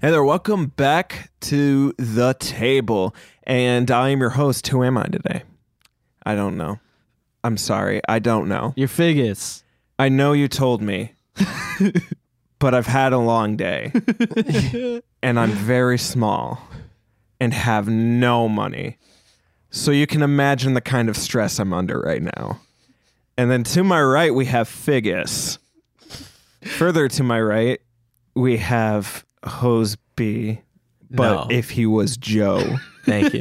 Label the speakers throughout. Speaker 1: Hey there, welcome back to the table. And I am your host. Who am I today? I don't know. I'm sorry. I don't know.
Speaker 2: Your figures.
Speaker 1: I know you told me, but I've had a long day and I'm very small and have no money. So you can imagine the kind of stress I'm under right now. And then to my right, we have Figgis. Further to my right, we have Hose B, but
Speaker 2: No.
Speaker 1: if he was Joe.
Speaker 2: Thank you.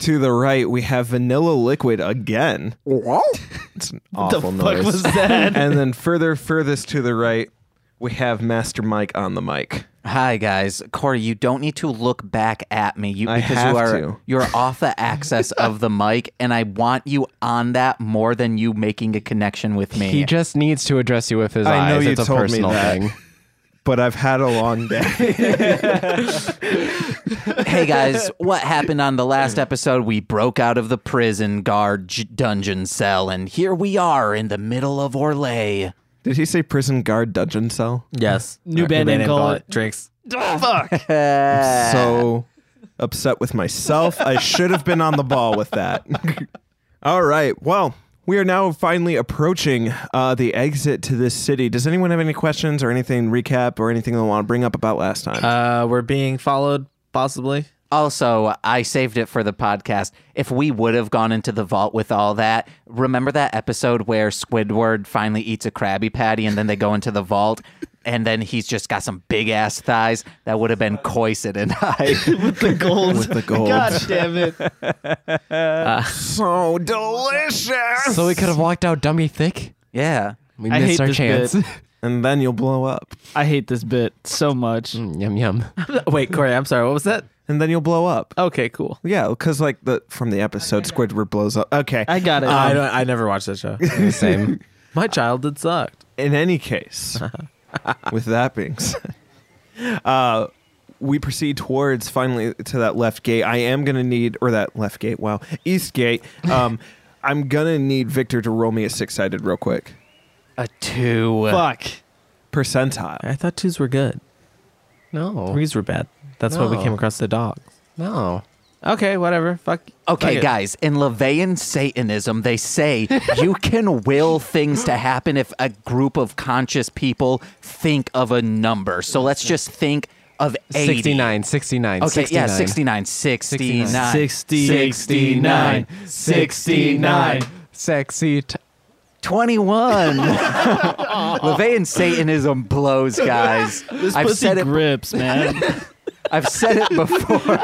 Speaker 1: to the right, we have Vanilla Liquid again. It's an
Speaker 2: the
Speaker 1: awful
Speaker 2: fuck
Speaker 1: noise.
Speaker 2: was that?
Speaker 1: and then further, furthest to the right, we have Master Mike on the mic.
Speaker 3: Hi guys, Corey. You don't need to look back at me. You
Speaker 1: I
Speaker 3: because
Speaker 1: have
Speaker 3: you are
Speaker 1: to.
Speaker 3: you're off the axis of the mic, and I want you on that more than you making a connection with me.
Speaker 4: He just needs to address you with his
Speaker 1: I know
Speaker 4: eyes.
Speaker 1: you
Speaker 4: it's a
Speaker 1: told me
Speaker 4: personal
Speaker 1: that.
Speaker 4: thing.
Speaker 1: But I've had a long day.
Speaker 3: hey guys, what happened on the last episode? We broke out of the prison guard j- dungeon cell, and here we are in the middle of Orlay.
Speaker 1: Did he say prison guard dungeon cell?
Speaker 2: yes.
Speaker 4: New band and gullet.
Speaker 2: drinks.
Speaker 1: so upset with myself. I should have been on the ball with that. All right. Well, we are now finally approaching uh, the exit to this city. Does anyone have any questions or anything recap or anything they want to bring up about last time?
Speaker 2: Uh, we're being followed, possibly.
Speaker 3: Also, I saved it for the podcast. If we would have gone into the vault with all that, remember that episode where Squidward finally eats a Krabby Patty and then they go into the vault and then he's just got some big ass thighs? That would have been Coiset and I.
Speaker 2: The gold. With
Speaker 1: the gold.
Speaker 2: God damn it.
Speaker 1: so delicious.
Speaker 4: So we could have walked out dummy thick.
Speaker 3: yeah.
Speaker 4: We
Speaker 2: I
Speaker 4: missed
Speaker 2: hate
Speaker 4: our
Speaker 2: this
Speaker 4: chance.
Speaker 2: bit.
Speaker 1: and then you'll blow up.
Speaker 2: I hate this bit so much.
Speaker 4: Mm, yum yum.
Speaker 2: Wait, Corey, I'm sorry. What was that?
Speaker 1: And then you'll blow up.
Speaker 2: Okay, cool.
Speaker 1: Yeah, because like the from the episode, Squidward blows up. Okay.
Speaker 2: I got it. Um,
Speaker 5: I don't. I never watched that show.
Speaker 4: Same.
Speaker 5: My childhood sucked.
Speaker 1: In any case, with that being said, uh, we proceed towards finally to that left gate. I am going to need, or that left gate, wow, east gate. Um, I'm going to need Victor to roll me a six sided real quick.
Speaker 3: A two.
Speaker 2: Fuck.
Speaker 1: Percentile.
Speaker 5: I thought twos were good.
Speaker 4: No.
Speaker 5: Threes were bad. That's why we
Speaker 4: No.
Speaker 5: came across the dogs.
Speaker 4: No.
Speaker 5: Okay, whatever. Fuck.
Speaker 3: Okay,
Speaker 5: fuck it.
Speaker 3: guys, in Levian Satanism, they say you can will things to happen if a group of conscious people think of a number. So let's just think of 80.
Speaker 4: 69, 69,
Speaker 3: Okay, yeah,
Speaker 4: 69.
Speaker 3: 69, 69,
Speaker 2: 60,
Speaker 4: 69, 69. Sexy. T-
Speaker 3: 21. Levian Satanism blows, guys.
Speaker 2: This
Speaker 3: I've
Speaker 2: pussy
Speaker 3: said it.
Speaker 2: grips, man.
Speaker 3: I've said it before.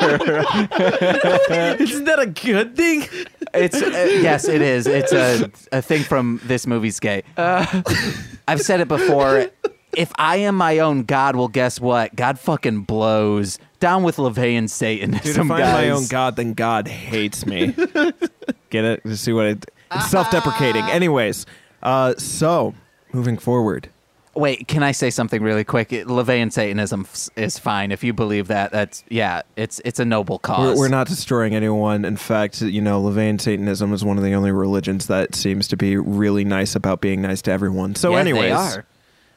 Speaker 5: Isn't that a good thing?
Speaker 3: It's uh, yes, it is. It's a a thing from this movie's gay.
Speaker 1: Uh.
Speaker 3: I've said it before. If I am my own god, well, guess what? God fucking blows. Down with Levian Satanism,
Speaker 1: Dude, if I'm
Speaker 3: guys.
Speaker 1: my own God, then God hates me. Get it? You see what I. It's self deprecating.
Speaker 3: Uh-huh.
Speaker 1: Anyways, uh, so moving forward.
Speaker 3: Wait, can I say something really quick? It- Levian Satanism f- is fine if you believe that. That's yeah, it's it's a noble
Speaker 1: We're,
Speaker 3: because
Speaker 1: we're not destroying anyone. In fact, you know, Levain Satanism is one of the only religions that seems to be really nice about being nice to everyone. So,
Speaker 3: Yeah, they
Speaker 1: anyways,
Speaker 3: are.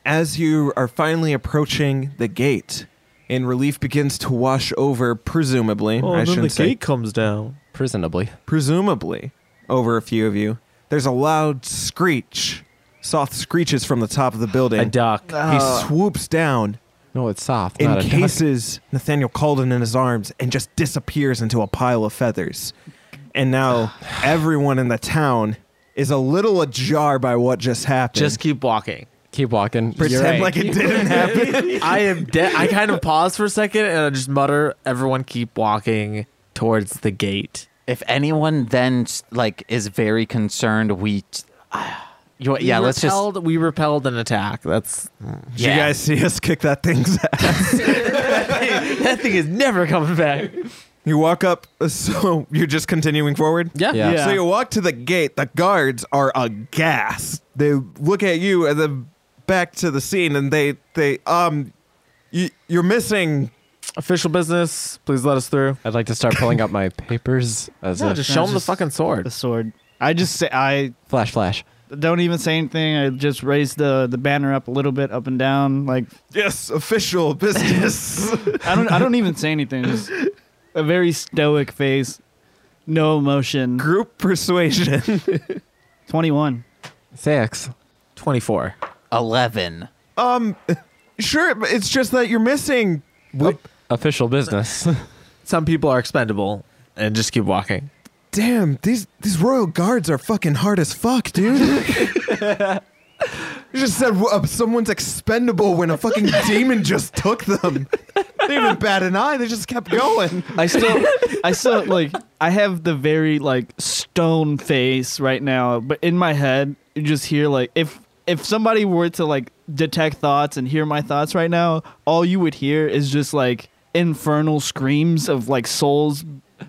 Speaker 1: as you are finally approaching the gate, and relief begins to wash over, presumably,
Speaker 5: Oh,
Speaker 1: I
Speaker 5: and then the
Speaker 1: shouldn't say,
Speaker 5: gate comes down.
Speaker 4: Prisonably.
Speaker 1: presumably, over a few of you. There's a loud screech. Soft screeches from the top of the building.
Speaker 5: A duck.
Speaker 1: He swoops down,
Speaker 4: No, it's soft. not a duck.
Speaker 1: encases Nathaniel Calden in his arms and just disappears into a pile of feathers. And now everyone in the town is a little ajar by what just happened.
Speaker 5: Just keep walking.
Speaker 4: Keep walking.
Speaker 1: pretend
Speaker 5: right.
Speaker 1: like it didn't happen.
Speaker 5: I am dead. I kind of pause for a second and I just mutter, "Everyone, keep walking towards the gate."
Speaker 3: If anyone then like is very concerned, we. You, yeah,
Speaker 5: We
Speaker 3: let's just
Speaker 5: repelled- We repelled an attack. That's hmm.
Speaker 1: Did you guys see us kick that thing's ass?
Speaker 5: that thing is never coming back.
Speaker 1: You walk up, so you're just continuing forward?
Speaker 5: Yeah.
Speaker 4: Yeah.
Speaker 1: So you walk to the gate. The guards are aghast. They look at you and then back to the scene, and they they um, you, you're missing.
Speaker 5: Official business. Please let us through.
Speaker 4: I'd like to start pulling up my papers as
Speaker 5: No,
Speaker 4: a
Speaker 5: just show him the
Speaker 2: just-
Speaker 5: fucking
Speaker 2: the
Speaker 5: sword.
Speaker 2: sword. I just say I
Speaker 4: flash flash.
Speaker 2: Don't even say anything. I just raise the, the banner up a little bit, up and down. Like
Speaker 1: Yes, official business.
Speaker 2: I don't I don't even say anything. Just a very stoic face, no emotion.
Speaker 1: Group persuasion.
Speaker 2: Twenty one.
Speaker 4: Six.
Speaker 5: 24.
Speaker 3: 11.
Speaker 1: um, sure, but it's just that you're missing.
Speaker 4: Official business.
Speaker 5: Some people are expendable and just keep walking.
Speaker 1: Damn, these these royal guards are fucking hard as fuck, dude. you just said uh, someone's expendable when a fucking demon just took them. They didn't even bat an eye. They just kept going.
Speaker 2: I still I still like I have the very like stone face right now, but in my head you just hear like if if somebody were to like detect thoughts and hear my thoughts right now, all you would hear is just like infernal screams of like souls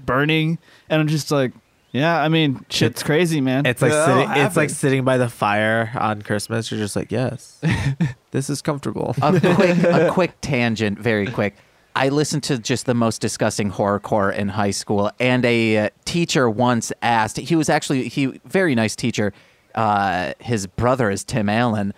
Speaker 2: burning and I'm just like yeah, I mean shit's crazy, man.
Speaker 5: It's like
Speaker 1: That'll
Speaker 5: sitting it's
Speaker 1: happen.
Speaker 5: like sitting by the fire on Christmas. You're just like, "Yes. this is comfortable."
Speaker 3: a quick a quick tangent, very quick. I listened to just the most disgusting horrorcore in high school, and a uh, teacher once asked. He was actually he very nice teacher. Uh, his brother is Tim Allen.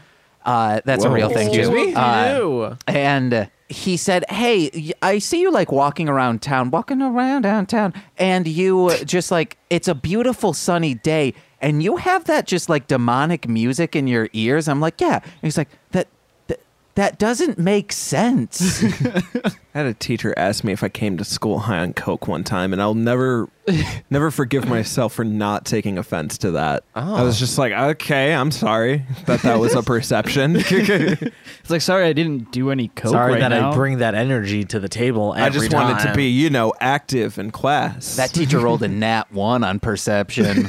Speaker 3: Uh, that's a real thing
Speaker 5: Excuse
Speaker 3: too.
Speaker 5: me?
Speaker 3: Uh,
Speaker 5: Ew.
Speaker 3: and uh, he said, "Hey, y- I see you like walking around town, walking around downtown, and you uh, just like it's a beautiful sunny day, and you have that just like demonic music in your ears." I'm like, "Yeah." And he's like, "That." that- That doesn't make sense.
Speaker 1: I had a teacher ask me if I came to school high on coke one time, and I'll never, never forgive myself for not taking offense to that. I
Speaker 5: Oh.
Speaker 1: was just like, okay, I'm sorry that that was a perception.
Speaker 2: It's like sorry I didn't do any coke
Speaker 5: Sorry
Speaker 2: right
Speaker 5: that
Speaker 2: now.
Speaker 5: I bring that energy to the table
Speaker 1: I just
Speaker 5: every
Speaker 1: wanted to
Speaker 5: time.
Speaker 1: be, you know, active in class.
Speaker 3: that teacher rolled a nat one on perception.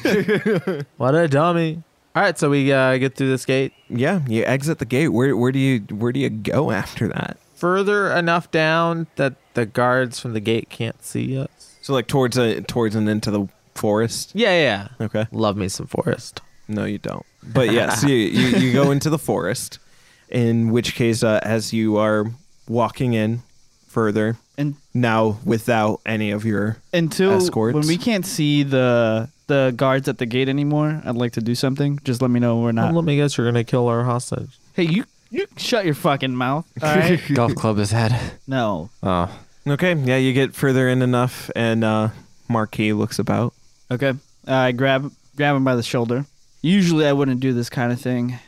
Speaker 5: What a dummy. All right, so we uh, get through this gate
Speaker 1: yeah, you exit the gate. Where where do you where do you go after that?
Speaker 5: further enough down that the guards from the gate can't see us.
Speaker 1: So like towards a towards and into the forest.
Speaker 5: Yeah, yeah. yeah.
Speaker 1: Okay.
Speaker 5: Love me some forest.
Speaker 1: No, you don't. But yes, you, you you go into the forest. In which case, uh, as you are walking in further,
Speaker 2: and
Speaker 1: now without any of your
Speaker 2: until
Speaker 1: escorts.
Speaker 2: when we can't see the the guards at the gate anymore, I'd like to do something. Just let me know we're not.
Speaker 5: let me guess, you're gonna kill our hostage.
Speaker 2: hey, you you shut your fucking mouth. All right.
Speaker 4: Golf club his head.
Speaker 2: no.
Speaker 4: Oh.
Speaker 1: Okay, yeah, you get further in enough, and uh, Marquis looks about.
Speaker 2: Okay. I grab grab him by the shoulder. Usually I wouldn't do this kind of thing,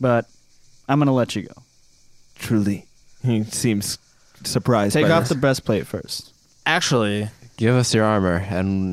Speaker 2: but I'm gonna let you go.
Speaker 1: Truly, he seems surprised.
Speaker 2: Take
Speaker 1: by
Speaker 2: off the
Speaker 1: this.
Speaker 2: breastplate first.
Speaker 5: Actually,
Speaker 4: Give us your armor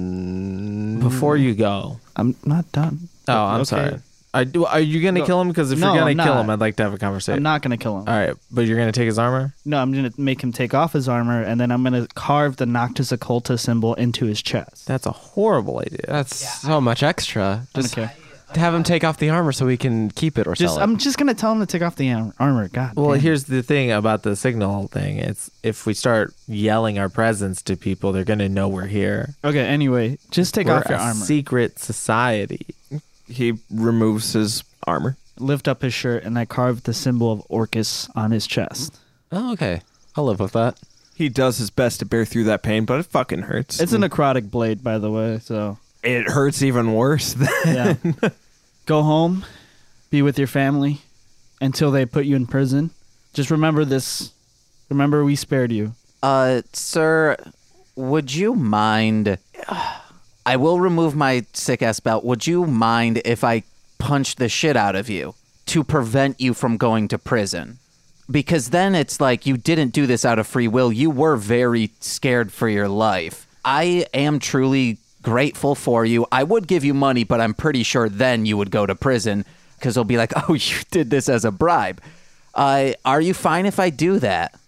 Speaker 4: and
Speaker 5: before you go.
Speaker 2: I'm not done.
Speaker 5: Oh, I'm
Speaker 2: Okay.
Speaker 5: sorry. I do. Are you gonna
Speaker 2: No.
Speaker 5: kill him? Because if
Speaker 2: No,
Speaker 5: you're gonna
Speaker 2: I'm
Speaker 5: kill
Speaker 2: not.
Speaker 5: him, I'd like to have a conversation.
Speaker 2: I'm not gonna kill him.
Speaker 5: All right, but you're gonna take his armor.
Speaker 2: No, I'm gonna make him take off his armor, and then I'm gonna carve the Noctis Occulta symbol into his chest.
Speaker 5: That's a horrible idea.
Speaker 4: That's so much extra.
Speaker 2: I don't
Speaker 4: Just
Speaker 2: care.
Speaker 4: have him take off the armor so we can keep it or
Speaker 2: Just,
Speaker 4: sell it.
Speaker 2: I'm just gonna tell him to take off the ar- armor. God.
Speaker 5: Well,
Speaker 2: damn.
Speaker 5: here's the thing about the signal thing. It's if we start yelling our presence to people, they're gonna know we're here.
Speaker 2: Okay. Anyway, just take
Speaker 5: we're
Speaker 2: off your
Speaker 5: a
Speaker 2: armor.
Speaker 5: secret society.
Speaker 1: He removes his armor.
Speaker 2: Lift up his shirt, and I carved the symbol of Orcus on his chest.
Speaker 4: oh, okay. I'll live with that.
Speaker 1: He does his best to bear through that pain, but it fucking hurts.
Speaker 2: It's a necrotic blade, by the way. So
Speaker 1: it hurts even worse.
Speaker 2: yeah. Go home, be with your family until they put you in prison. Just remember this. Remember, we spared you.
Speaker 3: Uh, sir, would you mind? I will remove my sick ass belt. Would you mind if I punched the shit out of you to prevent you from going to prison? Because then it's like you didn't do this out of free will. You were very scared for your life. I am truly grateful for you. I would give you money, but I'm pretty sure then you would go to prison because they'll be like, oh, you did this as a bribe. Uh, are you fine if I do that?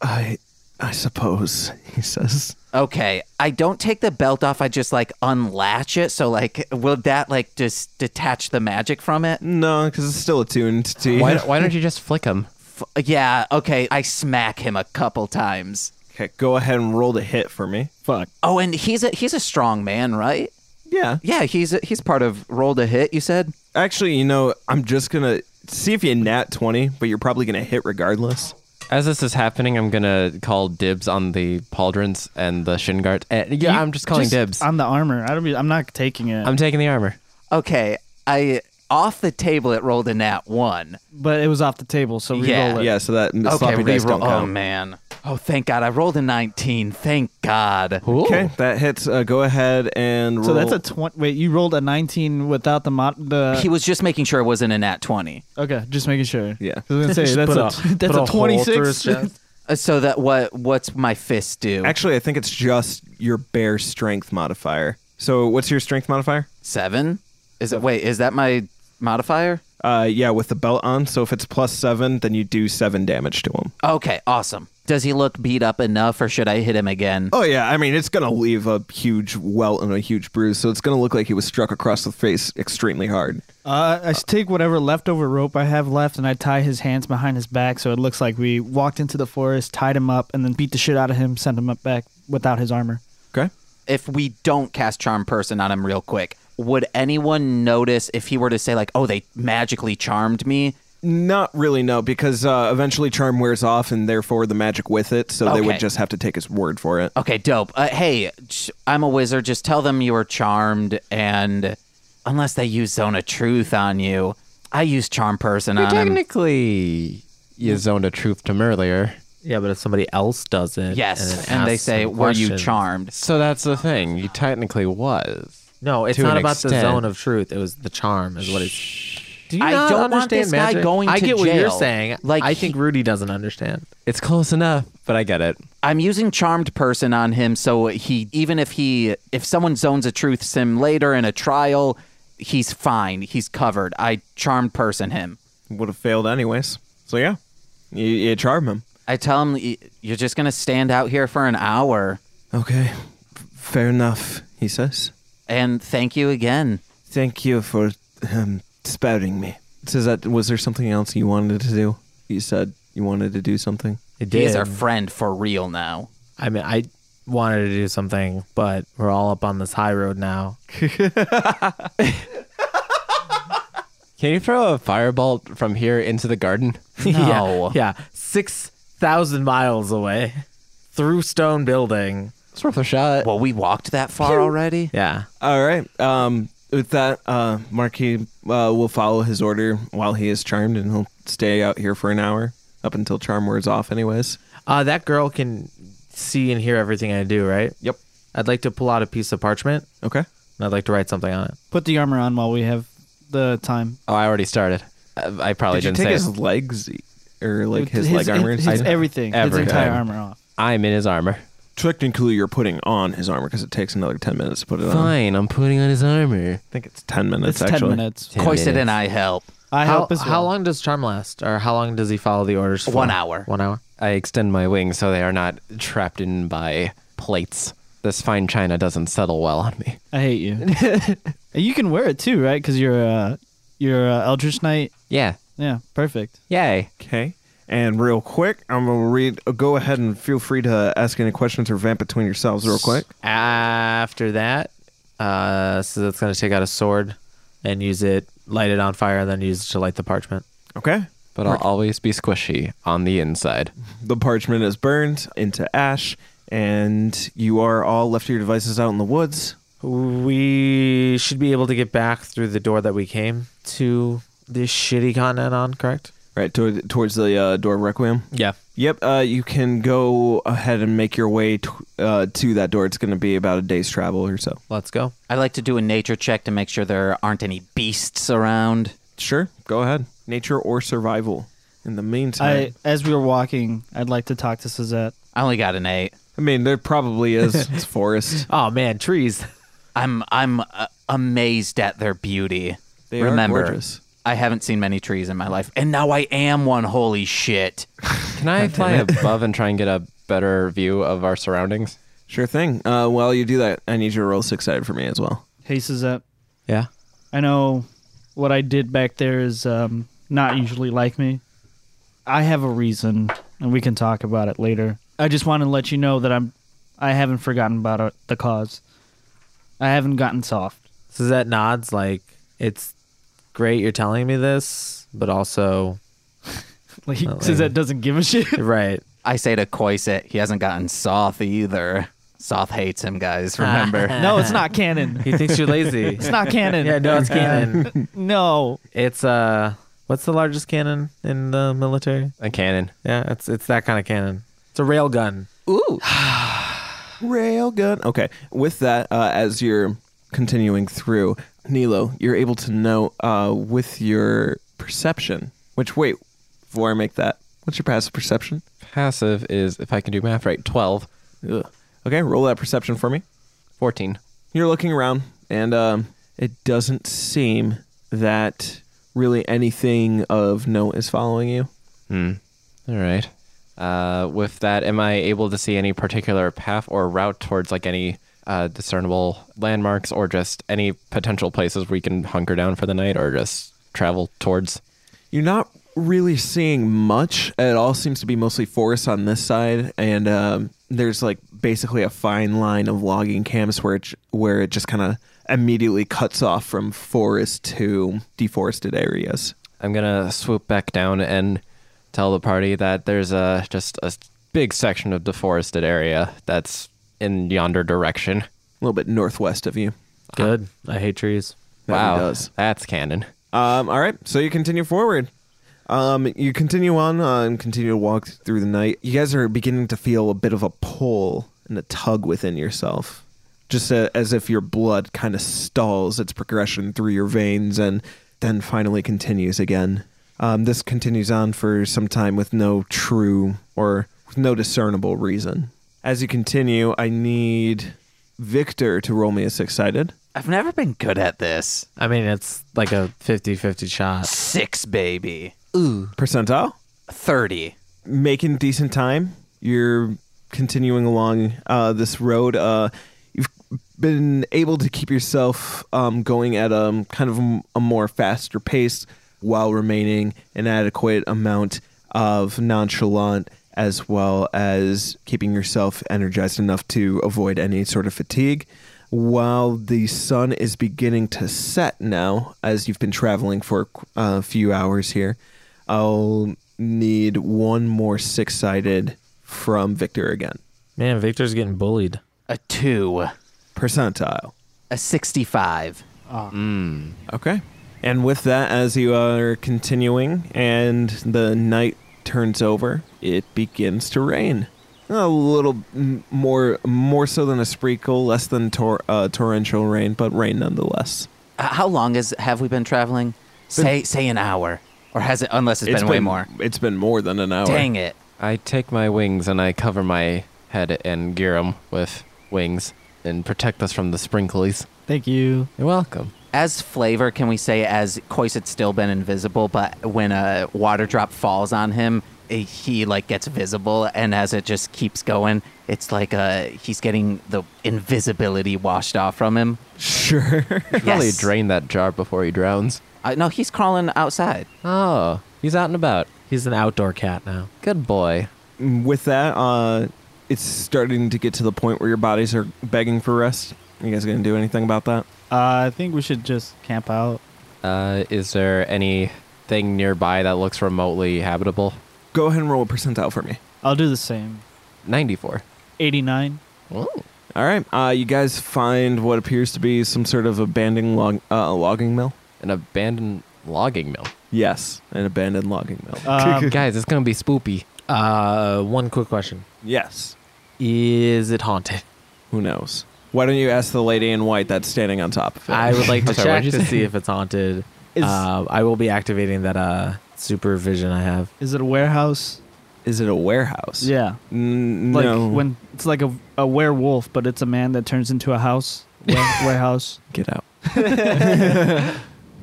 Speaker 1: I, I suppose he says.
Speaker 3: Okay, I don't take the belt off. I just like unlatch it. So like, will that like just detach the magic from it?
Speaker 1: No, because it's still attuned to. you.
Speaker 4: Why, why don't you just flick him?
Speaker 3: F- yeah. Okay, I smack him a couple times.
Speaker 1: Okay, go ahead and roll the hit for me.
Speaker 2: Fuck.
Speaker 3: Oh, and he's a he's a strong man, right?
Speaker 1: Yeah,
Speaker 3: Yeah, he's a, he's part of roll to hit. You said.
Speaker 1: actually, you know, I'm just gonna see if you nat twenty, but you're probably gonna hit regardless.
Speaker 4: As this is happening, I'm gonna call dibs on the pauldrons and the shin guards. And yeah,
Speaker 2: You-
Speaker 4: I'm just uh, calling
Speaker 2: just
Speaker 4: dibs. I'm,
Speaker 2: on the armor. I don't. Be, I'm not taking it.
Speaker 4: taking the armor.
Speaker 3: Okay, I Off the table, it rolled a nat one.
Speaker 2: But it was off the table, so we
Speaker 3: Yeah.
Speaker 2: roll it.
Speaker 1: Yeah, so that the
Speaker 3: Okay,
Speaker 1: sloppy dice
Speaker 3: reroll.
Speaker 1: don't
Speaker 3: Oh
Speaker 1: count.
Speaker 3: man. Oh, thank God, I rolled a nineteen. Thank God.
Speaker 1: Okay, that hits. Uh, go ahead and roll.
Speaker 2: So that's a twenty. Wait, you rolled a nineteen without the mod. The
Speaker 3: He was just making sure it wasn't a nat twenty.
Speaker 2: okay, just making sure.
Speaker 1: Yeah.
Speaker 2: I was gonna say
Speaker 5: Just
Speaker 2: that's
Speaker 5: put
Speaker 2: a,
Speaker 5: put
Speaker 2: that's
Speaker 5: a
Speaker 2: a
Speaker 5: hole
Speaker 2: twenty
Speaker 5: through his
Speaker 2: six.
Speaker 5: chest.
Speaker 3: Uh, So that what? What's my fist do?
Speaker 1: Actually, I think it's just your bare strength modifier. So what's your strength modifier?
Speaker 3: Seven? Is it? Wait, is that my modifier?
Speaker 1: Uh, yeah, with the belt on. So if it's plus seven, then you do seven damage to him.
Speaker 3: Okay, awesome. Does he look beat up enough, or should I hit him again?
Speaker 1: Oh yeah, I mean it's gonna leave a huge welt and a huge bruise, so it's gonna look like he was struck across the face extremely hard.
Speaker 2: Uh, I s- take whatever leftover rope I have left, and I tie his hands behind his back, so it looks like we walked into the forest, tied him up, and then beat the shit out of him, sent him up back without his armor.
Speaker 1: Okay.
Speaker 3: If we don't cast Charm Person on him real quick, would anyone notice if he were to say like, "Oh, they magically charmed me"?
Speaker 1: Not really, no, because uh, eventually charm wears off, and therefore the magic with it. So they
Speaker 3: Okay.
Speaker 1: would just have to take his word for it.
Speaker 3: Okay, dope. Uh, hey, sh- I'm a wizard. Just tell them you were charmed, and unless they use Zone of Truth on you, I use Charm Person
Speaker 4: You're
Speaker 3: on him.
Speaker 4: technically you zoned a truth to him earlier.
Speaker 5: Yeah, but if somebody else does it,
Speaker 3: Yes,
Speaker 5: and,
Speaker 3: and, they say, "Were you charmed?"
Speaker 4: So that's the thing. You technically was.
Speaker 5: No, it's
Speaker 4: To
Speaker 5: not
Speaker 4: an
Speaker 5: about the
Speaker 4: extent.
Speaker 5: zone of truth. It was the charm, is what it's. Do you
Speaker 3: I
Speaker 5: not
Speaker 3: don't want
Speaker 5: understand
Speaker 3: this guy
Speaker 5: magic?
Speaker 3: going
Speaker 5: I
Speaker 3: to
Speaker 5: get what you're
Speaker 3: jail.
Speaker 5: saying.
Speaker 3: Like,
Speaker 5: Like I
Speaker 3: he-
Speaker 5: think Rudy doesn't understand.
Speaker 4: It's close enough, but I get it.
Speaker 3: I'm using charmed person on him, so he even if he if someone zones a truth sim later in a trial, he's fine. He's covered. I charmed person him.
Speaker 1: Would have failed anyways. So yeah, you, you charm him.
Speaker 3: I tell him "Y- you're just gonna stand out here for an hour,
Speaker 1: Okay, f- fair enough. He says.
Speaker 3: and thank you again.
Speaker 1: Thank you for um, spouting me. Says that was there something else you wanted to do? You said you wanted to do something.
Speaker 5: It
Speaker 3: He is
Speaker 5: did.
Speaker 3: our friend for real now.
Speaker 5: I mean, I wanted to do something, but we're all up on this high road now.
Speaker 4: Can you throw a firebolt from here into the garden?
Speaker 3: No.
Speaker 5: yeah, yeah, six thousand miles away, through stone building.
Speaker 4: It's worth a shot.
Speaker 3: Well, we walked that far already.
Speaker 5: Yeah,
Speaker 1: All right. Um, with that, uh, Marquis uh, will follow his order while he is charmed, and he'll stay out here for an hour up until charm wears off, anyways.
Speaker 5: uh, that girl can see and hear everything I do, right?
Speaker 1: Yep.
Speaker 5: I'd like to pull out a piece of parchment
Speaker 1: Okay.
Speaker 5: and I'd like to write something on it.
Speaker 2: Put the armor on while we have the time.
Speaker 4: oh, I already started. I, I probably
Speaker 1: Did you
Speaker 4: not
Speaker 1: take
Speaker 4: say
Speaker 1: his
Speaker 4: it.
Speaker 1: legs or like his, leg armor?
Speaker 2: his, his everything, his
Speaker 4: Everything.
Speaker 2: entire armor off.
Speaker 4: I'm in his armor.
Speaker 1: Technically, you're putting on his armor because it takes another ten minutes to put it on. I
Speaker 4: Fine, I'm putting on his armor.
Speaker 1: think it's ten minutes.
Speaker 2: It's
Speaker 1: actually.
Speaker 2: ten minutes.
Speaker 3: Koisid and
Speaker 4: minutes.
Speaker 3: I help.
Speaker 2: I
Speaker 5: how,
Speaker 2: help as well.
Speaker 5: how long does charm last, or how long does he follow the orders? For?
Speaker 3: One hour.
Speaker 5: One hour. Uh,
Speaker 4: I extend my wings so they are not trapped in by plates. This fine china doesn't settle well on me.
Speaker 2: I hate you. And you can wear it too, right? Because you're uh, you're uh, Eldritch Knight.
Speaker 4: Yeah.
Speaker 2: Yeah, perfect.
Speaker 4: Yay.
Speaker 1: Okay. And real quick, I'm gonna read. uh, Go ahead and feel free to ask any questions or vamp between yourselves, real quick.
Speaker 5: After that, uh, so that's gonna take out a sword and use it, light it on fire, and then use it to light the parchment.
Speaker 1: Okay.
Speaker 4: But I'll always be squishy on the inside.
Speaker 1: The parchment is burned into ash, and you are all left to your devices out in the woods.
Speaker 5: We should be able to get back through the door that we came to this shitty continent on, correct?
Speaker 1: Right toward, towards the uh, door of Requiem.
Speaker 5: Yeah.
Speaker 1: Yep. Uh, you can go ahead and make your way t- uh, to that door. It's going to be about a day's travel or so.
Speaker 5: Let's go.
Speaker 3: I like to do a nature check to make sure there aren't any beasts around.
Speaker 1: Sure. Go ahead. Nature or survival. In the meantime,
Speaker 2: I as we were walking, I'd like to talk to Suzette.
Speaker 3: I only got an eight.
Speaker 1: I mean, there probably is it's forest.
Speaker 5: Oh man, trees.
Speaker 3: I'm I'm uh, amazed at their beauty.
Speaker 1: They are
Speaker 3: Remember,
Speaker 1: gorgeous.
Speaker 3: I haven't seen many trees in my life, and now I am one. Holy shit!
Speaker 4: Can I fly above and try and get a better view of our surroundings?
Speaker 1: Sure thing. Uh, while you do that, I need you to roll six sided for me as well.
Speaker 2: Hey, Suzette.
Speaker 5: Yeah.
Speaker 2: I know what I did back there is um, not usually like me. I have a reason, and we can talk about it later. I just want to let you know that I'm, I haven't forgotten about uh, the cause. I haven't gotten soft.
Speaker 5: So that nods like it's great you're telling me this, but also
Speaker 2: Like he says that doesn't give a shit.
Speaker 5: right.
Speaker 3: I say to Koiset, he hasn't gotten soft either. Soth hates him,
Speaker 1: Ah.
Speaker 3: guys. Remember.
Speaker 2: No, it's not canon.
Speaker 5: He thinks you're lazy.
Speaker 2: It's not canon.
Speaker 5: Yeah, no, it's canon.
Speaker 2: No.
Speaker 5: It's uh, what's the largest cannon in the military?
Speaker 4: A cannon.
Speaker 5: Yeah, it's it's that kind of cannon. It's a rail gun.
Speaker 3: Ooh.
Speaker 1: Railgun. Okay. With that, uh, as you're continuing through, Nilo, you're able to know uh, with your perception, which, wait, before I make that, what's your passive perception?
Speaker 4: Passive is, if I can do math right, 12,
Speaker 1: Ugh. Okay, roll that perception for me.
Speaker 4: 14.
Speaker 1: You're looking around, and um, it doesn't seem that really anything of note is following you.
Speaker 4: Hmm. All right. Uh, with that, am I able to see any particular path or route towards like any uh, discernible landmarks or just any potential places we can hunker down for the night or just travel towards?
Speaker 1: You're not really seeing much. It all seems to be mostly forest on this side, and um, there's like basically a fine line of logging camps where it, where it just kind of immediately cuts off from forest to deforested areas.
Speaker 4: I'm gonna swoop back down and tell the party that there's a just a big section of deforested area that's in yonder direction.
Speaker 1: A little bit northwest of you.
Speaker 5: Good. I hate trees.
Speaker 1: That one
Speaker 4: wow,
Speaker 1: does.
Speaker 4: that's canon.
Speaker 1: Um, all right, so you continue forward. Um, you continue on uh, and continue to walk through the night. You guys are beginning to feel a bit of a pull and a tug within yourself, just uh as if your blood kind of stalls its progression through your veins and then finally continues again. Um, this continues on for some time with no true or with no discernible reason. As you continue, I need Victor to roll me a six sided.
Speaker 3: I've never been good at this.
Speaker 5: I mean, it's like a 50-50 shot.
Speaker 3: Six, baby. Ooh.
Speaker 1: Percentile?
Speaker 3: 30.
Speaker 1: making decent time. You're continuing along uh, this road. Uh, you've been able to keep yourself um, going at a kind of a, a more faster pace while remaining an adequate amount of nonchalant as well as keeping yourself energized enough to avoid any sort of fatigue while the sun is beginning to set now as you've been traveling for uh, a few hours here I'll need one more six sided from Victor again.
Speaker 5: Man, Victor's getting bullied.
Speaker 3: A 2.
Speaker 1: Percentile.
Speaker 3: A 65.
Speaker 1: Okay. And with that, as you are continuing and the night turns over, it begins to rain. A little m- more, more so than a sprinkle, less than tor- uh, torrential rain, but rain nonetheless.
Speaker 3: Uh, how long is have we been traveling? Say say an hour. Or has it unless it's been, way more.
Speaker 1: It's been more than an hour.
Speaker 3: Dang it.
Speaker 4: I take my wings and I cover my head and gear 'em with wings and protect us from the sprinklies.
Speaker 2: Thank you.
Speaker 4: You're welcome.
Speaker 3: As flavor, can we say as Kois it's still been invisible, but when a water drop falls on him, eh, he like gets visible and as it just keeps going, it's like uh he's getting the invisibility washed off from him.
Speaker 1: Sure.
Speaker 4: Probably
Speaker 3: Yes.
Speaker 4: drain that jar before he drowns.
Speaker 3: Uh, no, he's crawling outside.
Speaker 4: Oh, he's out and about.
Speaker 5: He's an outdoor cat now.
Speaker 4: Good boy.
Speaker 1: with that, uh, it's starting to get to the point where your bodies are begging for rest. You guys gonna do anything about that?
Speaker 2: Uh, I think we should just camp out.
Speaker 4: Uh, is there anything nearby that looks remotely habitable?
Speaker 1: Go ahead and roll a percentile for me.
Speaker 2: I'll do the same.
Speaker 4: 94.
Speaker 2: 89.
Speaker 1: All right. Uh, you guys find what appears to be some sort of abandoned log- uh, logging mill.
Speaker 4: An abandoned logging mill.
Speaker 1: Yes, an abandoned logging mill.
Speaker 2: Um,
Speaker 4: Guys, it's gonna be spoopy.
Speaker 5: Uh, one quick question:
Speaker 1: yes.
Speaker 5: Is it haunted?
Speaker 1: Who knows? Why don't you ask the lady in white that's standing on top of it?
Speaker 5: I would like to
Speaker 4: I'm sorry,
Speaker 5: check
Speaker 4: what'd you
Speaker 5: to
Speaker 4: say?
Speaker 5: see if it's haunted.
Speaker 2: Is-
Speaker 5: Uh, I will be activating that uh supervision I have.
Speaker 2: is it a warehouse?
Speaker 1: Is it a warehouse?
Speaker 2: Yeah.
Speaker 1: N-
Speaker 2: Like
Speaker 1: no.
Speaker 2: when it's like a, a werewolf, but it's a man that turns into a house. Ware- warehouse.
Speaker 1: Get out.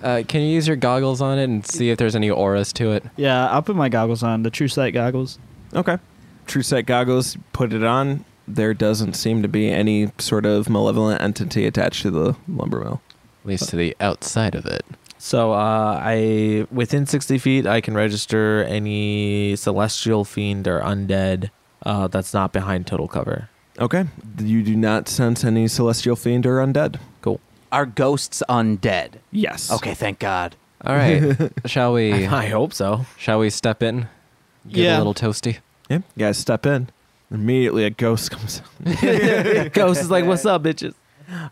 Speaker 4: Uh, can you use your goggles on it and see if there's any auras to it?
Speaker 2: Yeah, I'll put my goggles on, the true sight goggles.
Speaker 1: Okay. True set goggles, put it on. There doesn't seem to be any sort of malevolent entity attached to the lumber mill.
Speaker 4: At least to the outside of it.
Speaker 5: So uh, I within sixty feet, I can register any celestial fiend or undead uh, that's not behind total cover.
Speaker 1: Okay. You do not sense any celestial fiend or undead.
Speaker 5: Cool.
Speaker 3: Are ghosts undead?
Speaker 1: Yes.
Speaker 3: Okay, thank God.
Speaker 4: All right. shall we?
Speaker 5: I hope so.
Speaker 4: Shall we step in? Get a
Speaker 2: Yeah.
Speaker 4: little toasty.
Speaker 1: Yeah. You guys step in. Immediately, a ghost comes.
Speaker 5: Ghost is like, "What's up, bitches?"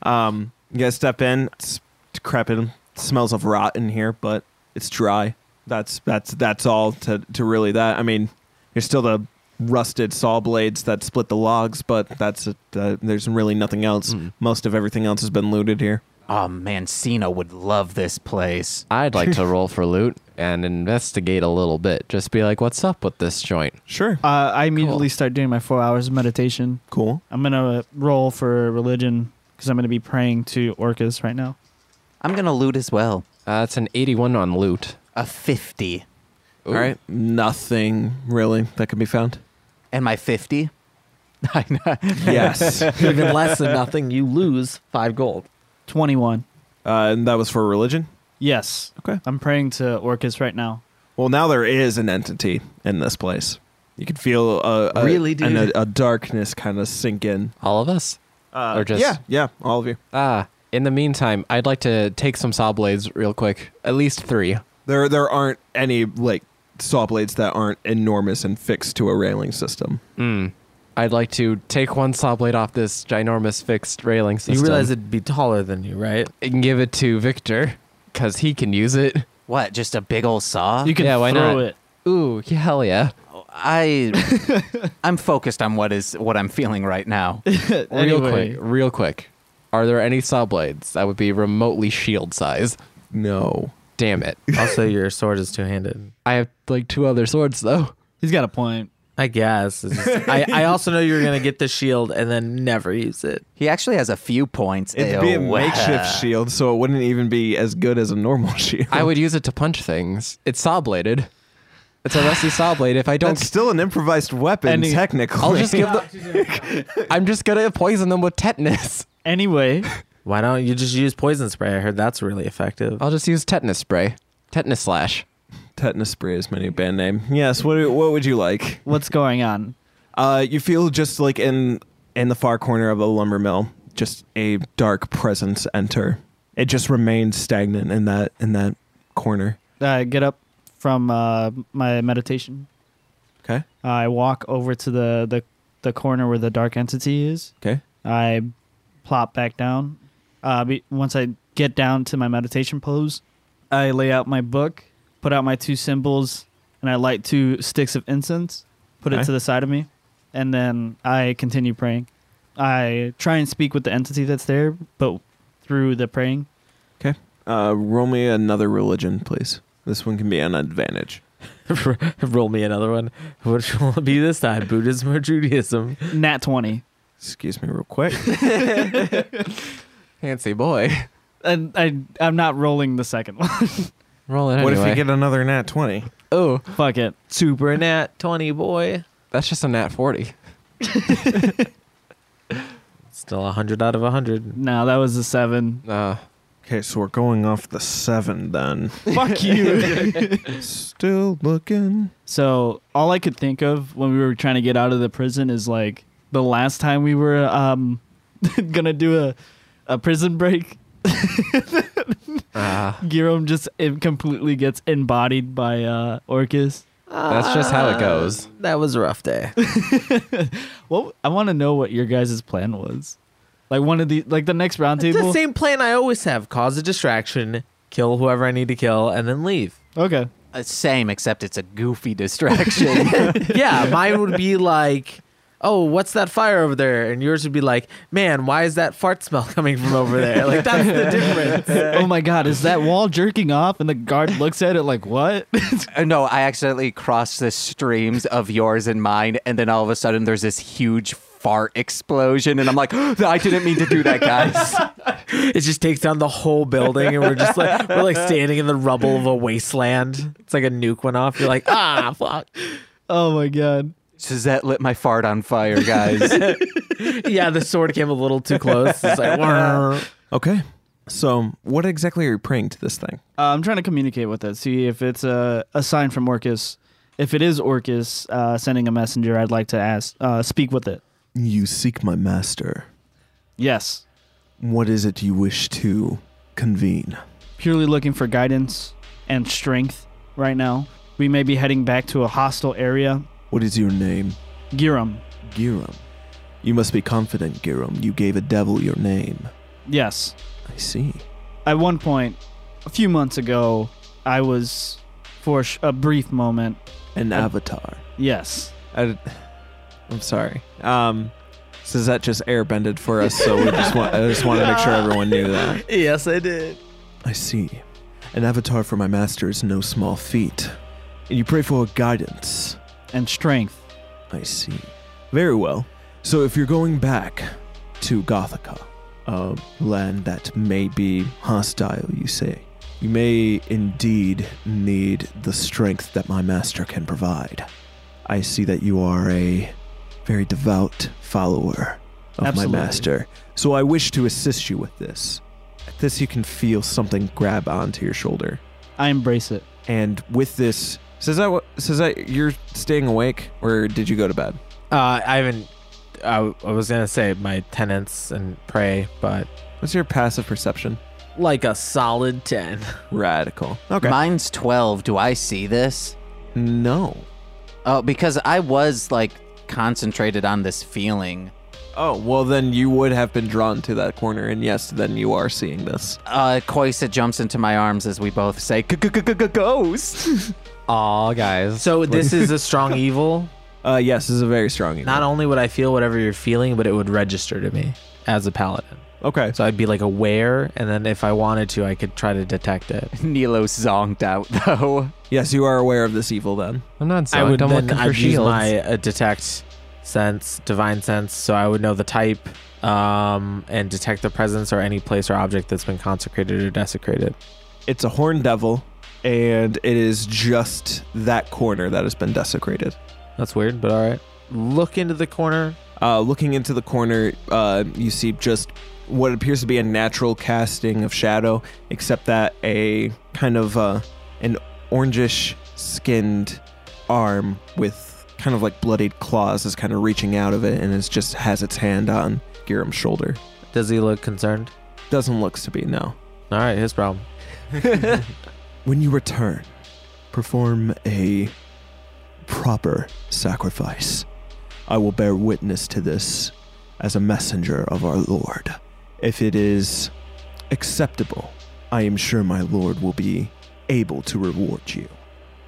Speaker 1: Um, you guys step in. It's decrepit. smells of rot in here, but it's dry. That's that's that's all to to really that. I mean, there's still the rusted saw blades that split the logs, but that's it. Uh, there's really nothing else.
Speaker 4: Mm.
Speaker 1: Most of everything else has been looted here.
Speaker 3: Oh, Mancino would love this place.
Speaker 4: I'd like to roll for loot and investigate a little bit. Just be like, what's up with this joint?
Speaker 1: Sure.
Speaker 2: Uh, I immediately start doing my four hours of meditation.
Speaker 1: Cool.
Speaker 2: I'm gonna roll for religion because I'm gonna be praying to Orcus right now.
Speaker 3: I'm gonna loot as well.
Speaker 4: Uh, it's an 81 on loot.
Speaker 3: A fifty.
Speaker 1: All right. Nothing really that can be found.
Speaker 3: Am I fifty? I know.
Speaker 1: Yes. uh,
Speaker 5: Even less than nothing, you lose five gold.
Speaker 2: Twenty-one.
Speaker 1: and that was for religion.
Speaker 2: Yes.
Speaker 1: Okay.
Speaker 2: I'm praying to Orcus right now.
Speaker 1: Well, now there is an entity in this place. You can feel a, a
Speaker 5: Really,
Speaker 1: an-
Speaker 5: dude?
Speaker 1: a, a darkness kind of sink in.
Speaker 4: All of us?
Speaker 1: Uh,
Speaker 4: Or just-
Speaker 1: yeah, yeah, all of you.
Speaker 4: Ah, in the meantime, I'd like to take some saw blades real quick. At least three.
Speaker 1: There, there aren't any like saw blades that aren't enormous and fixed to a railing system.
Speaker 4: Mm. I'd like to take one saw blade off this ginormous fixed railing system.
Speaker 5: You realize it'd be taller than you, right?
Speaker 4: and give it to Victor because he can use it.
Speaker 3: What? Just a big old saw?
Speaker 2: You can
Speaker 4: Yeah, why
Speaker 2: throw
Speaker 4: not?
Speaker 2: it.
Speaker 4: Ooh, yeah, hell yeah.
Speaker 3: I, I'm focused on what is what I'm feeling right now.
Speaker 4: Real
Speaker 2: Anyway.
Speaker 4: quick, real quick. Are there any saw blades that would be remotely shield size?
Speaker 1: No,
Speaker 4: Damn it.
Speaker 5: Also, your sword is two handed.
Speaker 4: I have like two other swords though.
Speaker 2: He's got a point.
Speaker 5: I guess. It's just- I, I also know you're gonna get the shield and then never use it.
Speaker 3: He actually has a few points.
Speaker 1: it'd be a
Speaker 3: Ew.
Speaker 1: makeshift shield, so it wouldn't even be as good as a normal shield.
Speaker 4: I would use it to punch things. It's saw bladed. It's a rusty saw blade. If I don't,
Speaker 1: That's still an improvised weapon,
Speaker 2: Any-
Speaker 1: technically.
Speaker 4: I'll just give the. I'm just gonna poison them with tetanus.
Speaker 2: Anyway,
Speaker 5: Why don't you just use poison spray? I heard that's really effective.
Speaker 4: I'll just use tetanus spray, tetanus slash.
Speaker 1: tetanus spray is my new band name. Yes. What What would you like?
Speaker 2: what's going on?
Speaker 1: Uh, you feel just like in in the far corner of a lumber mill, just a dark presence enter. It just remains stagnant in that in that corner.
Speaker 2: I get up from uh, my meditation.
Speaker 1: Okay.
Speaker 2: I walk over to the, the the corner where the dark entity is.
Speaker 1: Okay.
Speaker 2: I plop back down. Uh, be, once I get down to my meditation pose, I lay out my book, put out my two symbols, and I light two sticks of incense, put
Speaker 1: Okay.
Speaker 2: it to the side of me, and then I continue praying. I try and speak with the entity that's there, but through the praying.
Speaker 1: Uh, roll me another religion, please. This one can be an advantage.
Speaker 5: Roll me another one. Which will it be this time? Buddhism or Judaism?
Speaker 2: Nat 20.
Speaker 1: Excuse me, real quick.
Speaker 4: Fancy boy.
Speaker 2: And I, I'm not rolling the second one.
Speaker 4: Roll it anyway.
Speaker 1: What if you get another nat twenty?
Speaker 4: Oh,
Speaker 2: Fuck it.
Speaker 5: Super nat twenty boy.
Speaker 4: that's just a nat forty.
Speaker 5: Still a hundred out of a hundred.
Speaker 2: No, that was a seven.
Speaker 4: Uh,
Speaker 1: Okay, so we're going off the seven then.
Speaker 2: Fuck you.
Speaker 1: Still looking.
Speaker 2: so all I could think of when we were trying to get out of the prison is like the last time we were um gonna do a a prison break.
Speaker 4: uh,
Speaker 2: Girom just it completely gets embodied by uh Orcus.
Speaker 4: That's just how it goes.
Speaker 5: Ah, That was a rough day.
Speaker 2: Well, I want to know what your guys' plan was. Like one of the like the next round
Speaker 5: It's the
Speaker 2: table.
Speaker 5: same plan I always have: cause a distraction, kill whoever I need to kill, and then leave.
Speaker 2: Okay.
Speaker 3: Uh, Same, except it's a goofy distraction.
Speaker 5: yeah, mine would be like, "Oh, what's that fire over there?" And yours would be like, "Man, why is that fart smell coming from over there?" Like that's the difference.
Speaker 2: oh my god, is that wall jerking off? And the guard looks at it like, "What?"
Speaker 3: Uh, no, I accidentally crossed the streams of yours and mine, and then all of a sudden there's this huge fart explosion, and I'm like, I didn't mean to do that, guys.
Speaker 5: It just takes down the whole building, and we're just like we're like standing in the rubble of a wasteland. It's like a nuke went off. You're like, ah, fuck.
Speaker 2: oh my god.
Speaker 3: Suzette lit my fart on fire, guys.
Speaker 5: Yeah, the sword came a little too close. It's like, "Wah."
Speaker 1: Uh, Okay. So, what exactly are you praying to this thing?
Speaker 2: Uh, I'm trying to communicate with it. See if it's a, a sign from Orcus. If it is Orcus uh, sending a messenger, I'd like to ask, uh, speak with it.
Speaker 1: You seek my master.
Speaker 2: Yes.
Speaker 1: What is it you wish to convene?
Speaker 2: Purely looking for guidance and strength right now. We may be heading back to a hostile area.
Speaker 1: What is your name?
Speaker 2: Giram.
Speaker 1: Giram. You must be confident, Giram. You gave a devil your name.
Speaker 2: Yes.
Speaker 1: I see.
Speaker 2: At one point, a few months ago, I was, for sh- a brief moment,
Speaker 1: An avatar.
Speaker 2: yes.
Speaker 1: I, am sorry. Um, so that just airbended for us? So we just want, I just want to make sure everyone knew that.
Speaker 5: Yes, I did.
Speaker 1: I see. An avatar for my master is no small feat. And you pray for guidance.
Speaker 2: And strength.
Speaker 1: I see. Very well. So if you're going back to Gothica, a land that may be hostile, you say, you may indeed need the strength that my master can provide. I see that you are a very devout follower of
Speaker 2: Absolutely.
Speaker 1: my master. So I wish to assist you with this. At this, you can feel something grab onto your shoulder.
Speaker 2: I embrace it.
Speaker 1: And with this, says that says that you're staying awake, or did you go to bed?
Speaker 5: Uh, I haven't. I, I was gonna say my tenants and pray, but
Speaker 1: What's your passive perception?
Speaker 5: like a solid ten.
Speaker 1: Radical. Okay.
Speaker 3: Mine's 12. Do I see this?
Speaker 1: no.
Speaker 3: Oh, because I was like concentrated on this feeling.
Speaker 1: Oh, well, then you would have been drawn to that corner, and yes, then you are seeing this.
Speaker 3: Uh, Koisa jumps into my arms as we both say, "Ghost."
Speaker 4: Aw, guys.
Speaker 5: So this is a strong evil.
Speaker 1: Uh, yes, this is a very strong evil.
Speaker 5: Not only would I feel whatever you're feeling, but it would register to me as a paladin.
Speaker 1: okay.
Speaker 5: So I'd be like aware, and then if I wanted to, I could try to detect it.
Speaker 3: Nilo zonked out though.
Speaker 1: Yes, you are aware of this evil then.
Speaker 4: I'm not so
Speaker 5: I would
Speaker 4: I'm
Speaker 5: then
Speaker 4: looking for
Speaker 5: I'd use
Speaker 4: shields.
Speaker 5: my uh, detect sense, divine sense, so I would know the type um, and detect the presence or any place or object that's been consecrated or desecrated.
Speaker 1: It's a horned devil, and it is just that corner that has been desecrated.
Speaker 5: That's weird, but all right. Look into the corner.
Speaker 1: Uh, looking into the corner, uh, you see just what appears to be a natural casting of shadow, except that a kind of uh, an orangish skinned arm with kind of like bloodied claws is kind of reaching out of it and it just has its hand on Giram's shoulder.
Speaker 5: Does he look concerned?
Speaker 1: Doesn't looks to be, no.
Speaker 5: All right, his problem.
Speaker 1: When you return, perform a proper sacrifice. I will bear witness to this as a messenger of our Lord. If it is acceptable, I am sure my Lord will be able to reward you.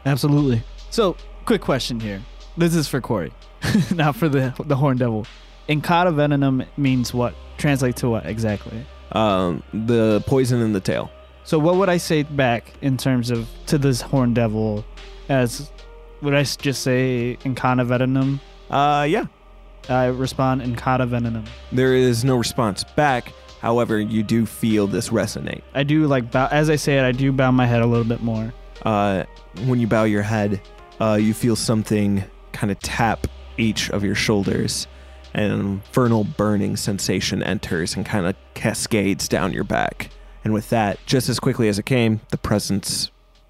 Speaker 2: Absolutely. So, quick question here. This is for Corey, not for the the Horn Devil. Incata venenum means what? Translate to what exactly?
Speaker 1: Um, the poison in the tail.
Speaker 2: So, what would I say back in terms of to this Horn Devil? As would I s- just say Incata venenum?
Speaker 1: Uh, yeah.
Speaker 2: I respond Incata venenum.
Speaker 1: There is no response back. However, you do feel this resonate.
Speaker 2: I do like bow. As I say it, I do bow my head a little bit more.
Speaker 1: Uh, when you bow your head, uh, you feel something kind of tap each of your shoulders. An infernal burning sensation enters and kind of cascades down your back. And with that, just as quickly as it came, the presence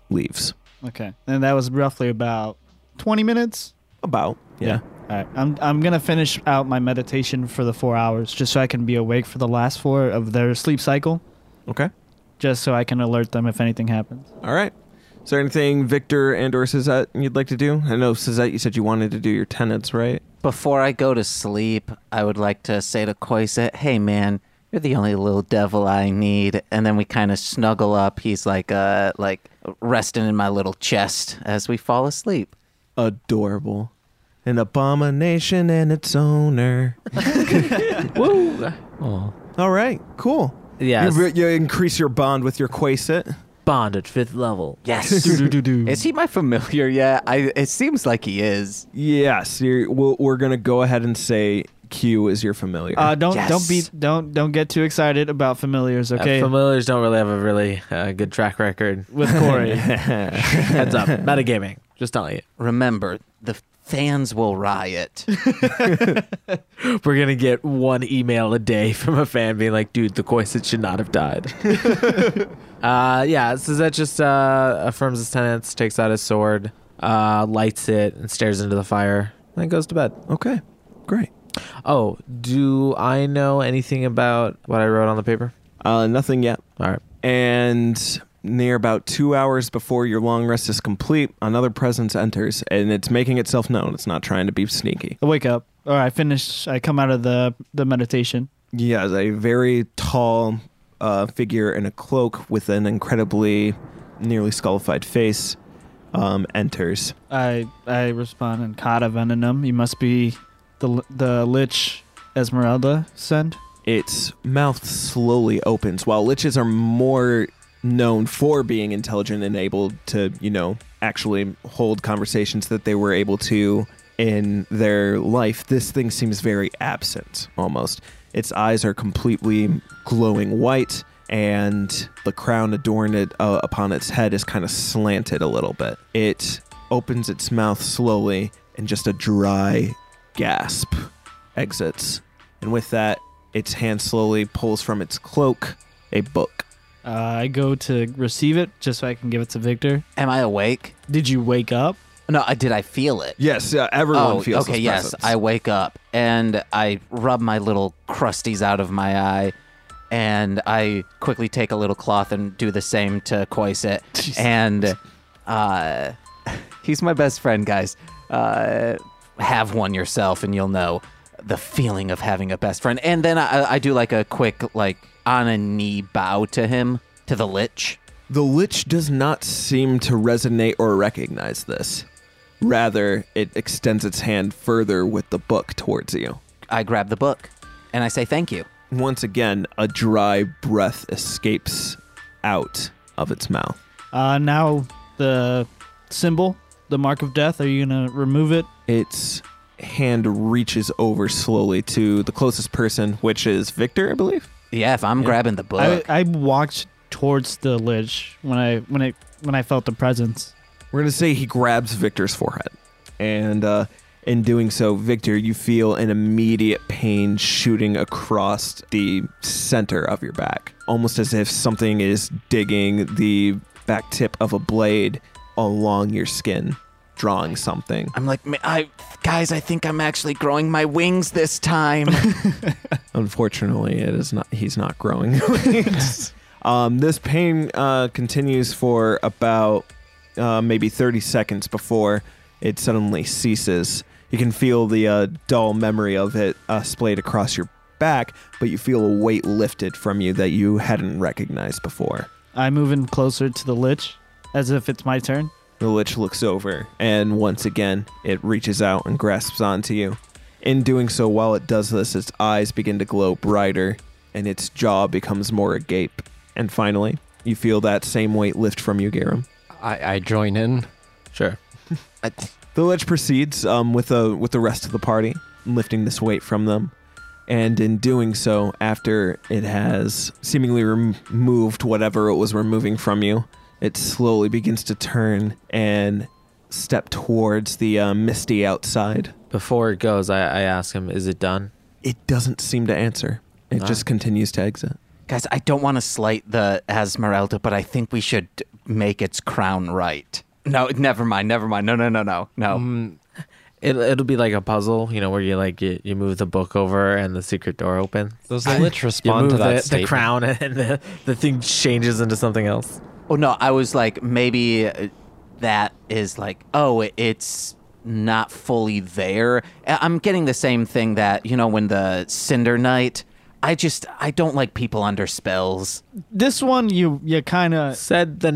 Speaker 1: leaves.
Speaker 2: Okay, and that was roughly about twenty minutes.
Speaker 1: About. Yeah.
Speaker 2: All right, I'm I'm gonna finish out my meditation for the four hours, just so I can be awake for the last four of their sleep cycle,
Speaker 1: Okay.
Speaker 2: just so I can alert them if anything happens.
Speaker 1: All right. Is there anything Victor and or Suzette you'd like to do? I know Suzette, you said you wanted to do your tenants, right?
Speaker 3: Before I go to sleep, I would like to say to Koisa, "Hey man, you're the only little devil I need." And then we kind of snuggle up. He's like, uh, like resting in my little chest as we fall asleep.
Speaker 1: Adorable. An abomination and its owner.
Speaker 5: Oh,
Speaker 1: All right. Cool.
Speaker 5: yeah.
Speaker 1: You, re- you increase your bond with your Quasit.
Speaker 5: Bond at fifth level.
Speaker 3: Yes. is he my familiar yet? I. It seems like he is.
Speaker 1: Yes, you're, we'll, we're gonna go ahead and say Q is your familiar.
Speaker 2: Uh, don't don't be
Speaker 3: Yes.
Speaker 2: don't don't get too excited about familiars, okay?
Speaker 5: Uh, familiars don't really have a really uh, good track record.
Speaker 2: With Corey,
Speaker 5: Heads up, metagaming. Just telling you.
Speaker 3: Remember, the fans will riot.
Speaker 5: We're gonna get one email a day from a fan being like, "Dude, the Koisit should not have died." uh, yeah, so that just uh, affirms his tenets, takes out his sword, uh, lights it, and stares into the fire, and then goes to bed.
Speaker 1: okay, great.
Speaker 5: Oh, do I know anything about what I wrote on the paper?
Speaker 1: Uh, nothing yet.
Speaker 5: All right.
Speaker 1: And near about two hours before your long rest is complete, another presence enters, and it's making itself known. It's not trying to be sneaky.
Speaker 2: I wake up. or I finish. I come out of the the meditation.
Speaker 1: Yes, a very tall uh, figure in a cloak with an incredibly nearly skullified face um, enters.
Speaker 2: I I respond in kata venenum. You must be the the lich Esmeralda sent.
Speaker 1: Its mouth slowly opens. While liches are more known for being intelligent and able to, you know, actually hold conversations that they were able to in their life, this thing seems very absent almost. Its eyes are completely glowing white, and the crown adorned it, uh, upon its head is kind of slanted a little bit. It opens its mouth slowly, and just a dry gasp exits. And with that, its hand slowly pulls from its cloak a book.
Speaker 2: Uh, I go to receive it just so I can give it to Victor.
Speaker 3: Am I awake?
Speaker 2: Did you wake up?
Speaker 3: No, I- did I feel it?
Speaker 1: Yes, uh, everyone
Speaker 3: oh,
Speaker 1: feels
Speaker 3: okay.
Speaker 1: his
Speaker 3: Yes,
Speaker 1: presence.
Speaker 3: I wake up and I rub my little crusties out of my eye, and I quickly take a little cloth and do the same to Koiset. And uh, he's my best friend, guys. Uh, have one yourself, and you'll know the feeling of having a best friend. And then I, I do like a quick like on a knee bow to him to the lich.
Speaker 1: The Lich does not seem to resonate or recognize this. Rather, it extends its hand further with the book towards you.
Speaker 3: I grab the book, and I say thank you.
Speaker 1: Once again, a dry breath escapes out of its mouth.
Speaker 2: Uh, now the symbol, the mark of death. Are you gonna remove it?
Speaker 1: Its hand reaches over slowly to the closest person, which is Victor, I believe.
Speaker 3: Yeah, if I'm grabbing the book.
Speaker 2: I, I walked towards the lich when I when it when I felt the presence.
Speaker 1: We're gonna say he grabs Victor's forehead, and uh, in doing so, Victor, you feel an immediate pain shooting across the center of your back, almost as if something is digging the back tip of a blade along your skin, drawing something.
Speaker 3: I'm like, "Ma- I guys, I think I'm actually growing my wings this time.
Speaker 1: Unfortunately, it is not. He's not growing. um, this pain uh, continues for about uh, maybe 30 seconds before it suddenly ceases. You can feel the uh, dull memory of it uh, splayed across your back, but you feel a weight lifted from you that you hadn't recognized before.
Speaker 2: I move in closer to the lich, as if it's my turn.
Speaker 1: The Lich looks over, and once again, it reaches out and grasps onto you. In doing so, while it does this, its eyes begin to glow brighter, and its jaw becomes more agape. And finally, you feel that same weight lift from you, Garum.
Speaker 4: I, I join in.
Speaker 5: Sure.
Speaker 3: I-
Speaker 1: The Lich proceeds um, with, the with the rest of the party, lifting this weight from them. And in doing so, after it has seemingly rem- removed whatever it was removing from you, it slowly begins to turn and step towards the uh, misty outside.
Speaker 5: Before it goes, I, I ask him, "Is it done?"
Speaker 1: It doesn't seem to answer, it
Speaker 5: Ah.
Speaker 1: just continues to exit.
Speaker 3: guys, I don't want to slight the Esmeralda, but I think we should make its crown right. No, never mind, never mind. No, no, no, no, no.
Speaker 4: Mm.
Speaker 5: Um, it it'll be like a puzzle, you know, where you like you, you move the book over and the secret door opens.
Speaker 4: Does the lich
Speaker 5: You
Speaker 4: respond
Speaker 5: move
Speaker 4: to that
Speaker 5: the, the
Speaker 4: statement?
Speaker 5: crown and the, the thing changes into something else.
Speaker 3: Oh no, I was like, maybe uh, that is like, oh, it- it's not fully there. I- I'm getting the same thing that you know when the Cinder Knight. I just I don't like people under spells.
Speaker 2: This one, you you kind of
Speaker 5: Said the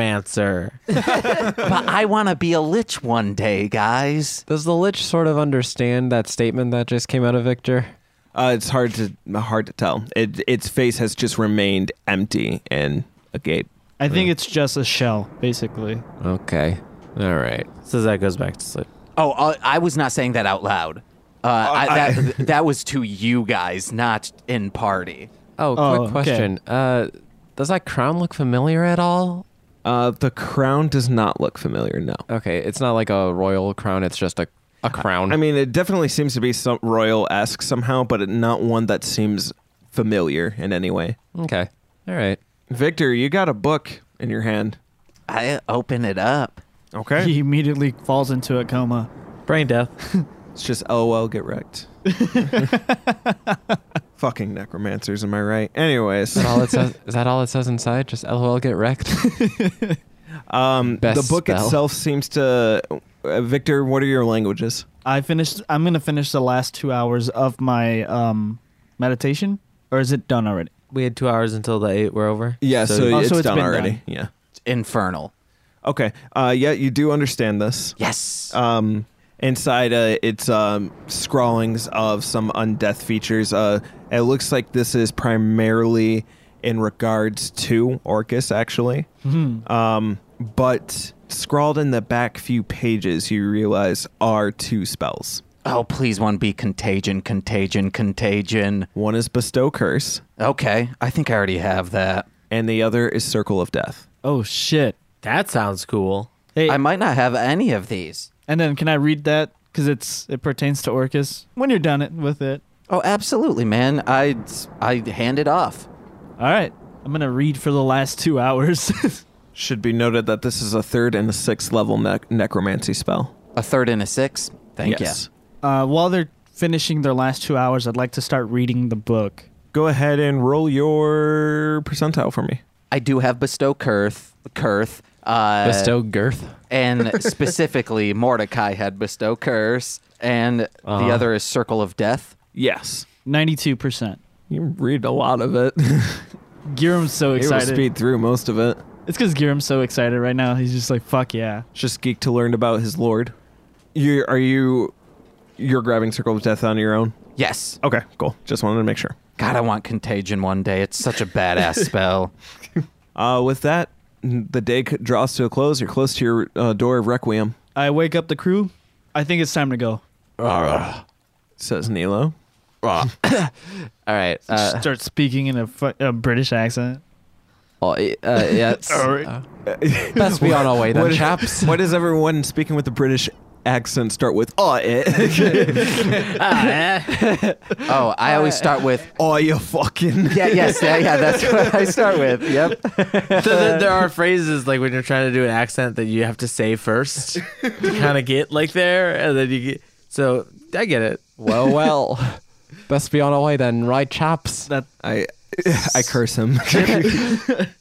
Speaker 5: necromancer.
Speaker 3: but I want to be a lich one day, guys.
Speaker 4: Does the lich sort of understand that statement that just came out of Victor?
Speaker 1: Uh, it's hard to hard to tell. It, its face has just remained empty and agape.
Speaker 2: I think it's just a shell, basically.
Speaker 4: Okay. All right.
Speaker 5: so that goes back to sleep.
Speaker 3: Oh, uh, I was not saying that out loud. Uh, I,
Speaker 1: I-
Speaker 3: that, that was to you guys, not in party.
Speaker 4: Oh,
Speaker 2: Oh, okay.
Speaker 4: quick question. Uh, does that crown look familiar at all?
Speaker 1: Uh, the crown does not look familiar, no.
Speaker 4: Okay, it's not like a royal crown. It's just a a crown.
Speaker 1: I mean, it definitely seems to be some royal esque somehow, but not one that seems familiar in any way.
Speaker 4: okay. All right.
Speaker 1: Victor, you got a book in your hand.
Speaker 3: I open it up.
Speaker 1: Okay.
Speaker 2: He immediately falls into a coma.
Speaker 5: Brain death.
Speaker 1: It's just LOL, get wrecked. Fucking necromancers, am I right? Anyways,
Speaker 4: Is that, all it says, is that all it says inside? Just LOL, get wrecked.
Speaker 1: um,
Speaker 4: Best
Speaker 1: the book
Speaker 2: Um,
Speaker 4: spell.
Speaker 1: itself seems to. Uh, Victor, what are your languages?
Speaker 2: I finished. I'm gonna finish the last two hours of my um, meditation, or is it done already?
Speaker 5: We had two hours until the eight were over.
Speaker 1: Yeah, so,
Speaker 2: Oh, so
Speaker 1: it's,
Speaker 2: it's
Speaker 1: done
Speaker 2: been
Speaker 1: already.
Speaker 2: done.
Speaker 1: Yeah.
Speaker 3: It's infernal.
Speaker 1: Okay. Uh, yeah, you do understand this.
Speaker 3: Yes.
Speaker 1: Um, inside, uh, it's um, scrawlings of some undeath features. Uh, it looks like this is primarily in regards to Orcus, actually. Um, but scrawled in the back few pages, you realize are two spells.
Speaker 3: oh, please, one be contagion, contagion, contagion.
Speaker 1: One is Bestow Curse,
Speaker 3: Okay, I think I already have that.
Speaker 1: and the other is Circle of Death.
Speaker 2: Oh shit!
Speaker 5: That sounds cool.
Speaker 2: Hey,
Speaker 3: I might not have any of these.
Speaker 2: and then can I read that? Because it's it pertains to Orcus. When you're done it with it,
Speaker 3: Oh, absolutely, man. I I hand it off.
Speaker 2: all right. I'm gonna read for the last two hours.
Speaker 1: Should be noted that this is a third and a sixth level nec- necromancy spell.
Speaker 3: A third and a six. Thank you.
Speaker 2: uh, while they're finishing their last two hours, I'd like to start reading the book.
Speaker 1: Go ahead and roll your percentile for me.
Speaker 3: I do have bestow curth, curth, uh,
Speaker 4: Bestow girth.
Speaker 3: and specifically Mordecai had bestow curse, and the other is circle of death.
Speaker 1: Yes.
Speaker 2: Ninety-two percent.
Speaker 1: You read a lot of it.
Speaker 2: Giram's so
Speaker 1: Able to
Speaker 2: excited.
Speaker 1: speed through most of it.
Speaker 2: It's because Giram's so excited right now. He's just like, "Fuck yeah!"
Speaker 1: Just geek to learn about his lord. You are you you're grabbing Circle of Death on your own?
Speaker 3: Yes.
Speaker 1: Okay, cool. Just wanted to make sure.
Speaker 3: God, I want contagion one day. It's such a badass spell.
Speaker 1: Uh, with that, the day c- draws to a close. You're close to your uh, door of Requiem,
Speaker 2: I wake up the crew. I think it's time to go.
Speaker 1: says Nilo.
Speaker 4: All right. Uh,
Speaker 2: Start speaking in a, fu- a British accent.
Speaker 4: well, uh, yeah. it's- uh,
Speaker 2: Alright.
Speaker 4: Best be on our way then,
Speaker 1: What-
Speaker 4: chaps.
Speaker 1: Why does everyone speaking with a British accent start with
Speaker 2: Oh,
Speaker 1: "aw it"?
Speaker 3: Oh, I always start with.
Speaker 1: "Aw "Oh, you fucking"?
Speaker 3: Yeah, yes, yeah, yeah, that's what I start with. Yep.
Speaker 5: So there, there are phrases like when you're trying to do an accent that you have to say first to kind of get like there, and then you get. So I get it.
Speaker 4: well, well. Best be on our way then, right, chaps?
Speaker 2: That
Speaker 1: I I curse him.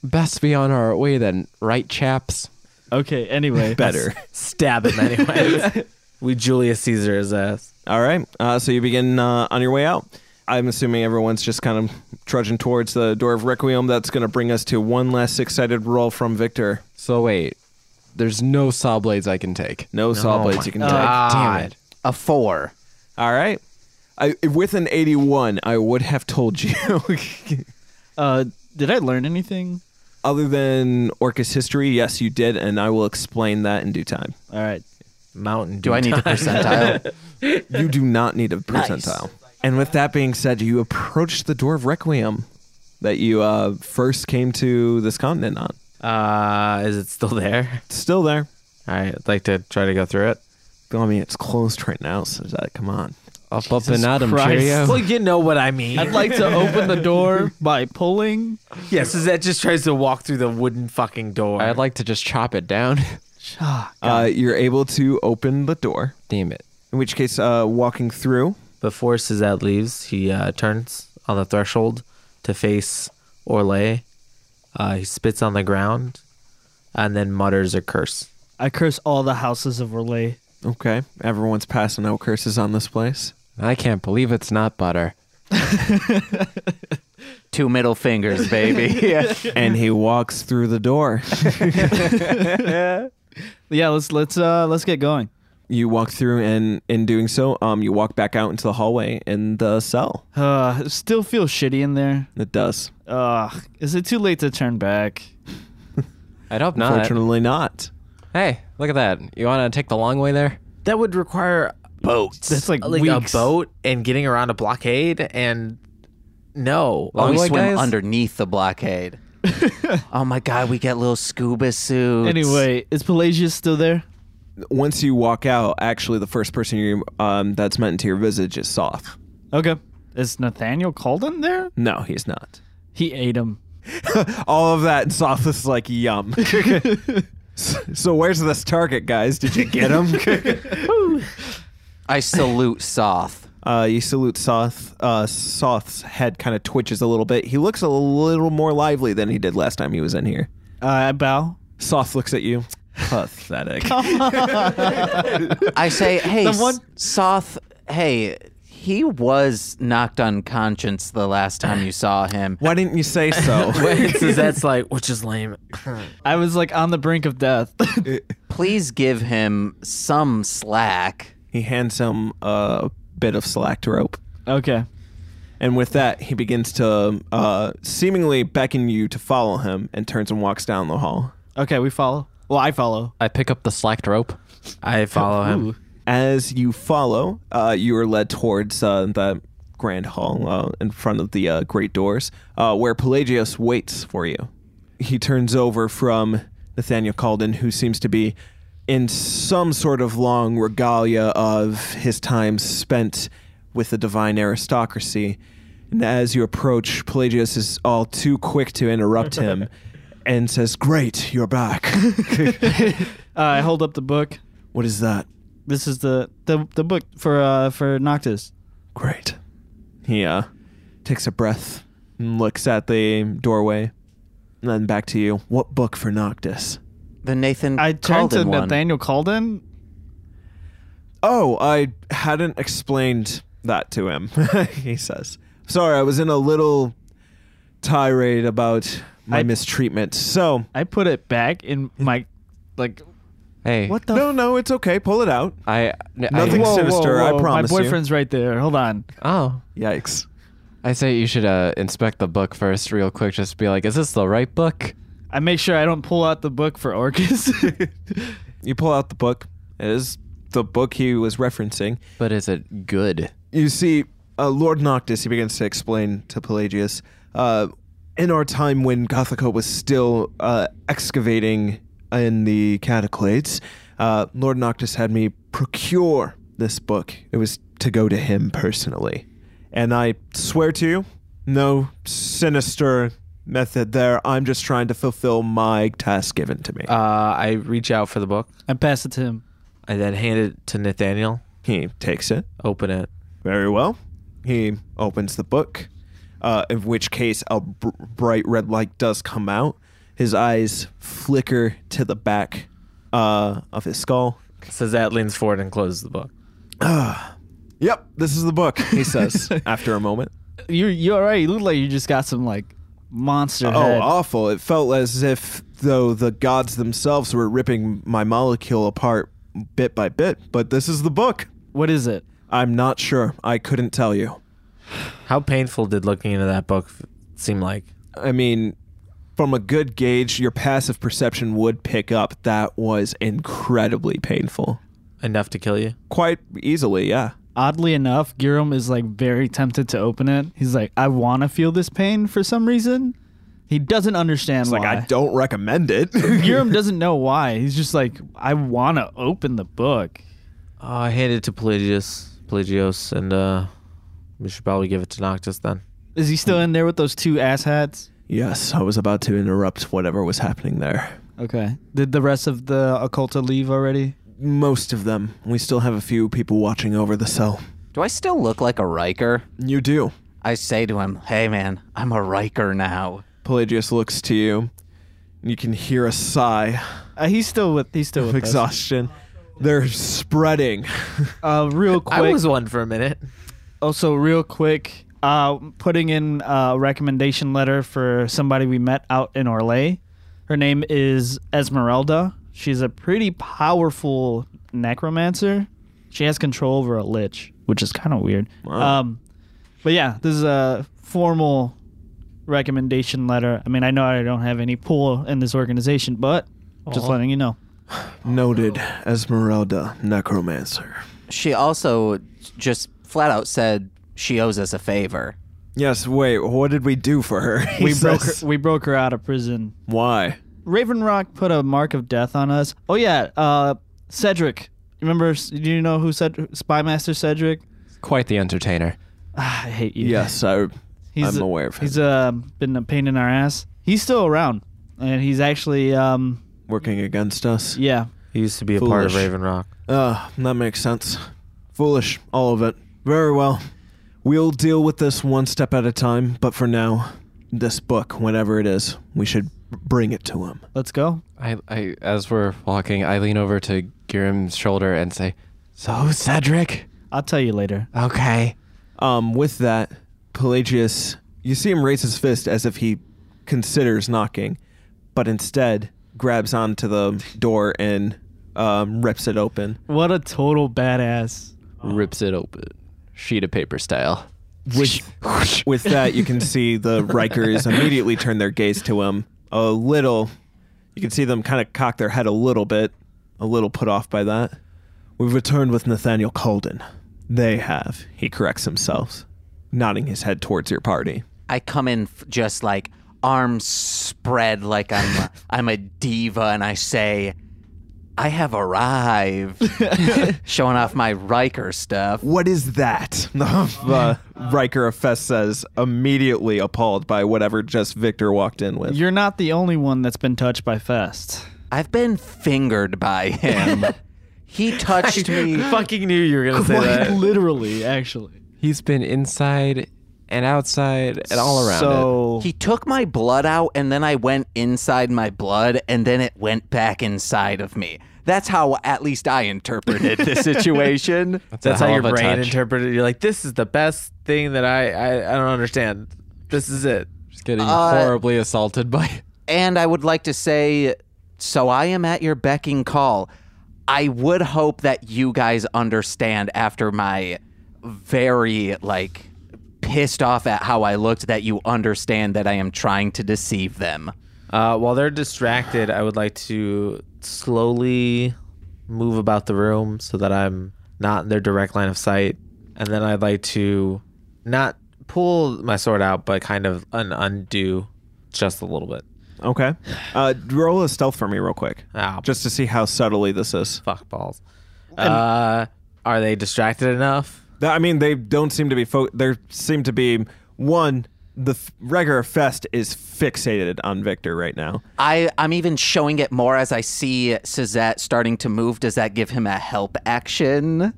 Speaker 4: Best be on our way then, right, chaps?
Speaker 2: okay. Anyway,
Speaker 1: Better.
Speaker 5: Stab him anyway. we Julius Caesar his ass.
Speaker 1: All right. Uh, so you begin uh, on your way out. I'm assuming everyone's just kind of trudging towards the door of Requiem. That's going to bring us to one last six sided roll from Victor.
Speaker 4: So wait, there's no saw blades I can take.
Speaker 1: No, saw blades you can take.
Speaker 3: Uh, Ah.
Speaker 4: Damn it.
Speaker 3: A four.
Speaker 1: All right. I, with an 81, I would have told you.
Speaker 2: Uh, did I learn anything?
Speaker 1: Other than Orcus history, yes, you did, and I will explain that in due time.
Speaker 2: All right.
Speaker 5: Mountain
Speaker 3: Do I need to percentile?
Speaker 1: You do not need a percentile. And with that being said, you approach the door of Requiem that you uh, first came to this continent on.
Speaker 5: Uh, is it still there?
Speaker 1: It's still there.
Speaker 5: All right, I'd like to try to go through it.
Speaker 1: I mean, it's closed right now, so it's like, come on.
Speaker 4: Up, up and at 'em,
Speaker 2: Christ.
Speaker 4: cheerio.
Speaker 5: Well, you know what I mean.
Speaker 2: I'd like to open the door by pulling.
Speaker 5: yes, is that just tries to walk through the wooden fucking door.
Speaker 4: I'd like to just chop it down.
Speaker 2: Ah,
Speaker 1: Uh, you're able to open the door,
Speaker 4: Damn it.
Speaker 1: in which case, uh, walking through.
Speaker 5: Before Suzette leaves, he uh, turns on the threshold to face Orlay. Uh, he spits on the ground and then mutters a curse.
Speaker 2: I curse all the houses of Orlais.
Speaker 1: Okay, everyone's passing out curses on this place.
Speaker 4: I can't believe it's not butter.
Speaker 3: Two middle fingers, baby.
Speaker 1: and he walks through the door.
Speaker 2: Yeah, let's let's uh let's get going.
Speaker 1: you walk through, and in doing so, um, you walk back out into the hallway in the cell.
Speaker 2: Uh, still feel shitty in there.
Speaker 1: It does.
Speaker 2: Ugh, is it too late to turn back?
Speaker 4: I'd hope not.
Speaker 1: Fortunately, not.
Speaker 4: Hey, look at that. You want to take the long way there?
Speaker 5: That would require boats.
Speaker 2: That's like
Speaker 5: like
Speaker 2: weeks.
Speaker 5: a boat and getting around a blockade and no.
Speaker 3: Oh, we
Speaker 4: Longleg
Speaker 3: swim
Speaker 4: guys?
Speaker 3: underneath the blockade. oh my god, we get little scuba suits.
Speaker 2: Anyway, is Pelagius still there?
Speaker 1: Once you walk out, actually, the first person you um, that's meant into your visage is Soth.
Speaker 2: Okay. Is Nathaniel Calden there?
Speaker 1: No, he's not.
Speaker 2: He ate him.
Speaker 1: All of that, and Soth is like, yum. so, so where's this target, guys? Did you get him?
Speaker 3: I salute Soth.
Speaker 1: Uh, you salute Soth. Uh, Soth's head kind of twitches a little bit. He looks a little more lively than he did last time he was in here.
Speaker 2: Uh, I bow.
Speaker 1: Soth looks at you.
Speaker 6: Pathetic.
Speaker 3: I say, hey,
Speaker 2: The one-
Speaker 3: S- Soth, hey, he was knocked unconscious the last time you saw him.
Speaker 1: Why didn't you say so?
Speaker 5: so that's like, which is lame.
Speaker 2: I was like on the brink of death.
Speaker 3: Please give him some slack.
Speaker 1: he hands him a bit of slacked rope.
Speaker 2: okay.
Speaker 1: And with that, he begins to uh, seemingly beckon you to follow him and turns and walks down the hall.
Speaker 2: Okay, we follow. Well, I follow.
Speaker 4: I pick up the slacked rope.
Speaker 5: I follow him.
Speaker 2: Ooh.
Speaker 1: As you follow, uh, you are led towards uh, the grand hall uh, in front of the uh, great doors uh, where Pelagius waits for you. He turns over from Nathaniel Calden, who seems to be in some sort of long regalia of his time spent with the divine aristocracy. And as you approach, Pelagius is all too quick to interrupt him and says, Great, you're back.
Speaker 2: Uh, I hold up the book.
Speaker 1: what is that?
Speaker 2: This is the the, the book for uh for Noctis.
Speaker 1: Great. He uh, takes a breath and looks at the doorway. And then back to you. What book for Noctis?
Speaker 3: The Nathan
Speaker 2: I turned to
Speaker 3: Calden one.
Speaker 2: Nathaniel Calden.
Speaker 1: Oh, I hadn't explained that to him, he says. Sorry, I was in a little tirade about my
Speaker 2: I-
Speaker 1: mistreatment. So,
Speaker 2: I put it back in my like
Speaker 4: Hey,
Speaker 2: what the
Speaker 1: no, no, it's okay. Pull it out.
Speaker 4: I
Speaker 1: Nothing
Speaker 4: I,
Speaker 1: Whoa. sinister, I promise you.
Speaker 2: My boyfriend's right there. Hold on.
Speaker 4: Oh,
Speaker 1: Yikes.
Speaker 4: I say you should uh, inspect the book first, real quick. Just be like, is this the right book?
Speaker 2: I make sure I don't pull out the book for Orcus.
Speaker 1: You pull out the book. It is the book he was referencing.
Speaker 4: But is it good?
Speaker 1: you see, uh, Lord Noctis, he begins to explain to Pelagius, uh, in our time when Gothica was still uh, excavating in the Cataclades, uh, Lord Noctis had me procure this book. It was to go to him personally. And I swear to you, no sinister method there. I'm just trying to fulfill my task given to me.
Speaker 5: Uh, I reach out for the book.
Speaker 2: I pass it to him.
Speaker 5: I then hand it to Nathaniel.
Speaker 1: he takes it.
Speaker 5: Open it.
Speaker 1: Very well. He opens the book, uh, in which case a br- bright red light does come out. His eyes flicker to the back uh, of his skull.
Speaker 5: Sazat leans forward and closes the book.
Speaker 1: Yep, this is the book, he says after a moment.
Speaker 2: You you alright? You look like you just got some like monster
Speaker 1: Oh,
Speaker 2: head.
Speaker 1: awful. It felt as if, though, the gods themselves were ripping my molecule apart bit by bit, but this is the book.
Speaker 2: What is it?
Speaker 1: I'm not sure. I couldn't tell you.
Speaker 5: How painful did looking into that book f- seem like?
Speaker 1: I mean, from a good gauge, your passive perception would pick up that was incredibly painful.
Speaker 5: Enough to kill you?
Speaker 1: Quite easily, yeah.
Speaker 2: Oddly enough, Gurum is like very tempted to open it. He's like, I want to feel this pain for some reason. He doesn't understand
Speaker 1: It's
Speaker 2: why.
Speaker 1: like, I don't recommend it.
Speaker 2: Gurum doesn't know why. He's just like, I want to open the book.
Speaker 5: Uh, I hand it to Pelagius, Pelagios, and uh, we should probably give it to Noctis then.
Speaker 2: Is he still in there with those two asshats?
Speaker 1: yes, I was about to interrupt whatever was happening there.
Speaker 2: Okay. Did the rest of the occulta leave already?
Speaker 1: Most of them. We still have a few people watching over the cell.
Speaker 3: Do I still look like a Riker?
Speaker 1: You do.
Speaker 3: I say to him, hey, man, I'm a Riker now.
Speaker 1: Pelagius looks to you. You can hear a sigh
Speaker 2: Uh, he's still with. He's still
Speaker 1: of
Speaker 2: with us.
Speaker 1: exhaustion. They're spreading.
Speaker 2: Uh, real quick.
Speaker 5: I was one for a minute.
Speaker 2: also, real quick. Uh, putting in a recommendation letter for somebody we met out in Orlay. Her name is Esmeralda. She's a pretty powerful necromancer. She has control over a lich, which is kind of weird.
Speaker 1: Wow.
Speaker 2: Um, but yeah, this is a formal recommendation letter. I mean, I know I don't have any pull in this organization, but just letting you know.
Speaker 1: Noted Esmeralda, necromancer.
Speaker 3: She also just flat out said she owes us a favor.
Speaker 1: Yes, wait, what did we do for her? He
Speaker 2: We broke,
Speaker 1: says-
Speaker 2: her, we broke her out of prison
Speaker 1: Why?
Speaker 2: Raven Rock put a mark of death on us. Oh yeah, uh, Cedric. Remember? Do you know who Ced- Spymaster Cedric?
Speaker 4: Quite the entertainer.
Speaker 2: Ah, I hate you.
Speaker 1: Yes, I,
Speaker 2: he's
Speaker 1: I'm aware of him.
Speaker 2: He's uh, been a pain in our ass. He's still around, and he's actually um,
Speaker 1: working against us.
Speaker 2: yeah.
Speaker 5: He used to be a part of
Speaker 1: Foolish.
Speaker 5: Raven Rock.
Speaker 1: Uh, that makes sense. Foolish, all of it. Very well. We'll deal with this one step at a time, but for now, this book, whatever it is. We should bring it to him.
Speaker 2: Let's go.
Speaker 4: I, I, as we're walking, I lean over to Girim's shoulder and say, "So, Cedric,
Speaker 2: I'll tell you later.
Speaker 4: okay."
Speaker 1: Um, with that, Pelagius, you see him raise his fist as if he considers knocking, but instead grabs onto the door and um, rips it open.
Speaker 2: What a total badass.
Speaker 4: Rips it open, sheet of paper style.
Speaker 1: With, with that, you can see the Rikers immediately turn their gaze to him a little. You can see them kind of cock their head a little bit, a little put off by that. We've returned with Nathaniel Colden. They have, he corrects himself, nodding his head towards your party.
Speaker 3: I come in f- just like arms spread, like I'm a, I'm a diva, and I say, "I have arrived," showing off my Riker stuff.
Speaker 1: What is that? uh, Riker of Fest says, immediately appalled by whatever just Victor walked in with.
Speaker 2: You're not the only one that's been touched by Fest.
Speaker 3: I've been fingered by him. he touched me.
Speaker 5: Fucking knew you were gonna say
Speaker 2: Quite
Speaker 5: that.
Speaker 2: literally, actually.
Speaker 4: He's been inside and outside and all around. it.
Speaker 2: So
Speaker 3: He took my blood out, and then I went inside my blood, and then it went back inside of me. That's how, at least, I interpreted the situation.
Speaker 4: It's a
Speaker 5: That's how
Speaker 4: hell
Speaker 5: your
Speaker 4: of a
Speaker 5: brain
Speaker 4: touch.
Speaker 5: interpreted. it. You're like, this is the best thing that I, I I don't understand. This is it.
Speaker 4: Just getting horribly assaulted by.
Speaker 3: And I would like to say, so I am at your becking call. I would hope that you guys understand after my very, like, pissed off at how I looked that you understand that I am trying to deceive them.
Speaker 5: Uh, while they're distracted, I would like to slowly move about the room so that I'm not in their direct line of sight. And then I'd like to not pull my sword out, but kind of un- undo just a little bit.
Speaker 1: okay. Uh, roll a stealth for me, real quick,
Speaker 5: Ah,
Speaker 1: just to see how subtly this is.
Speaker 5: fuck balls. Uh, are they distracted enough?
Speaker 1: Th- I mean, they don't seem to be. Fo- there seem to be one. The f- regular fest is fixated on Victor right now.
Speaker 3: I, I'm even showing it more as I see Suzette starting to move. Does that give him a help action?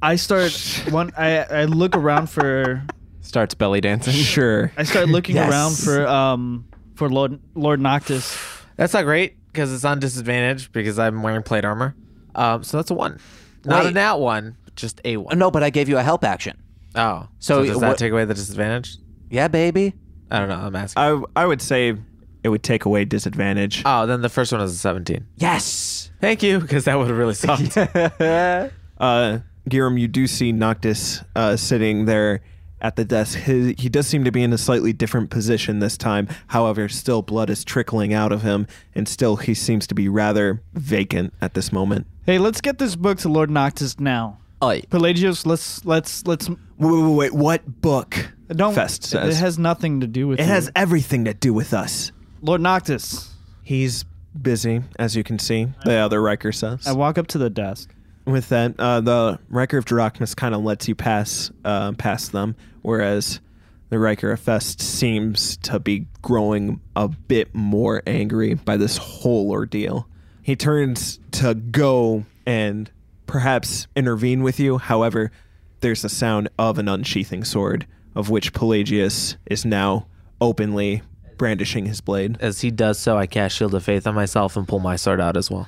Speaker 2: I start one I, I look around for
Speaker 4: Starts belly dancing.
Speaker 1: Sure.
Speaker 2: I start looking
Speaker 3: Yes.
Speaker 2: around for um for Lord Lord Noctis.
Speaker 5: That's not great because it's on disadvantage because I'm wearing plate armor. Um, so that's a one. Not
Speaker 3: Wait.
Speaker 5: an out one, just a one.
Speaker 3: No, but I gave you a help action.
Speaker 5: Oh,
Speaker 3: So
Speaker 5: so,
Speaker 3: it-
Speaker 5: does that
Speaker 3: what-
Speaker 5: take away the disadvantage?
Speaker 3: Yeah, baby.
Speaker 5: I don't know. I'm asking.
Speaker 1: I I would say it would take away disadvantage.
Speaker 5: oh, then the first one is a 17.
Speaker 3: Yes.
Speaker 5: Thank you, because that would have really sucked.
Speaker 1: Uh, Giram, you do see Noctis uh, sitting there at the desk. His, he does seem to be in a slightly different position this time. However, still blood is trickling out of him, and still he seems to be rather vacant at this moment.
Speaker 2: Hey, let's get this book to Lord Noctis now.
Speaker 4: Oi.
Speaker 2: Pelagius, let's let's let's
Speaker 1: Wait, wait, wait, wait what book?
Speaker 2: don't
Speaker 1: Fest
Speaker 2: it
Speaker 1: says
Speaker 2: has nothing to do with
Speaker 1: it
Speaker 2: you.
Speaker 1: has everything to do with us.
Speaker 2: Lord Noctis.
Speaker 1: He's busy, as you can see. The other Riker says.
Speaker 2: I walk up to the desk.
Speaker 1: with that, uh, the Riker of Drachmas kind of lets you pass uh, past them, whereas the Riker of Fest seems to be growing a bit more angry by this whole ordeal. He turns to go and perhaps intervene with you. However, there's the sound of an unsheathing sword, of which Pelagius is now openly brandishing his blade.
Speaker 5: As he does so, I cast Shield of Faith on myself and pull my sword out as well.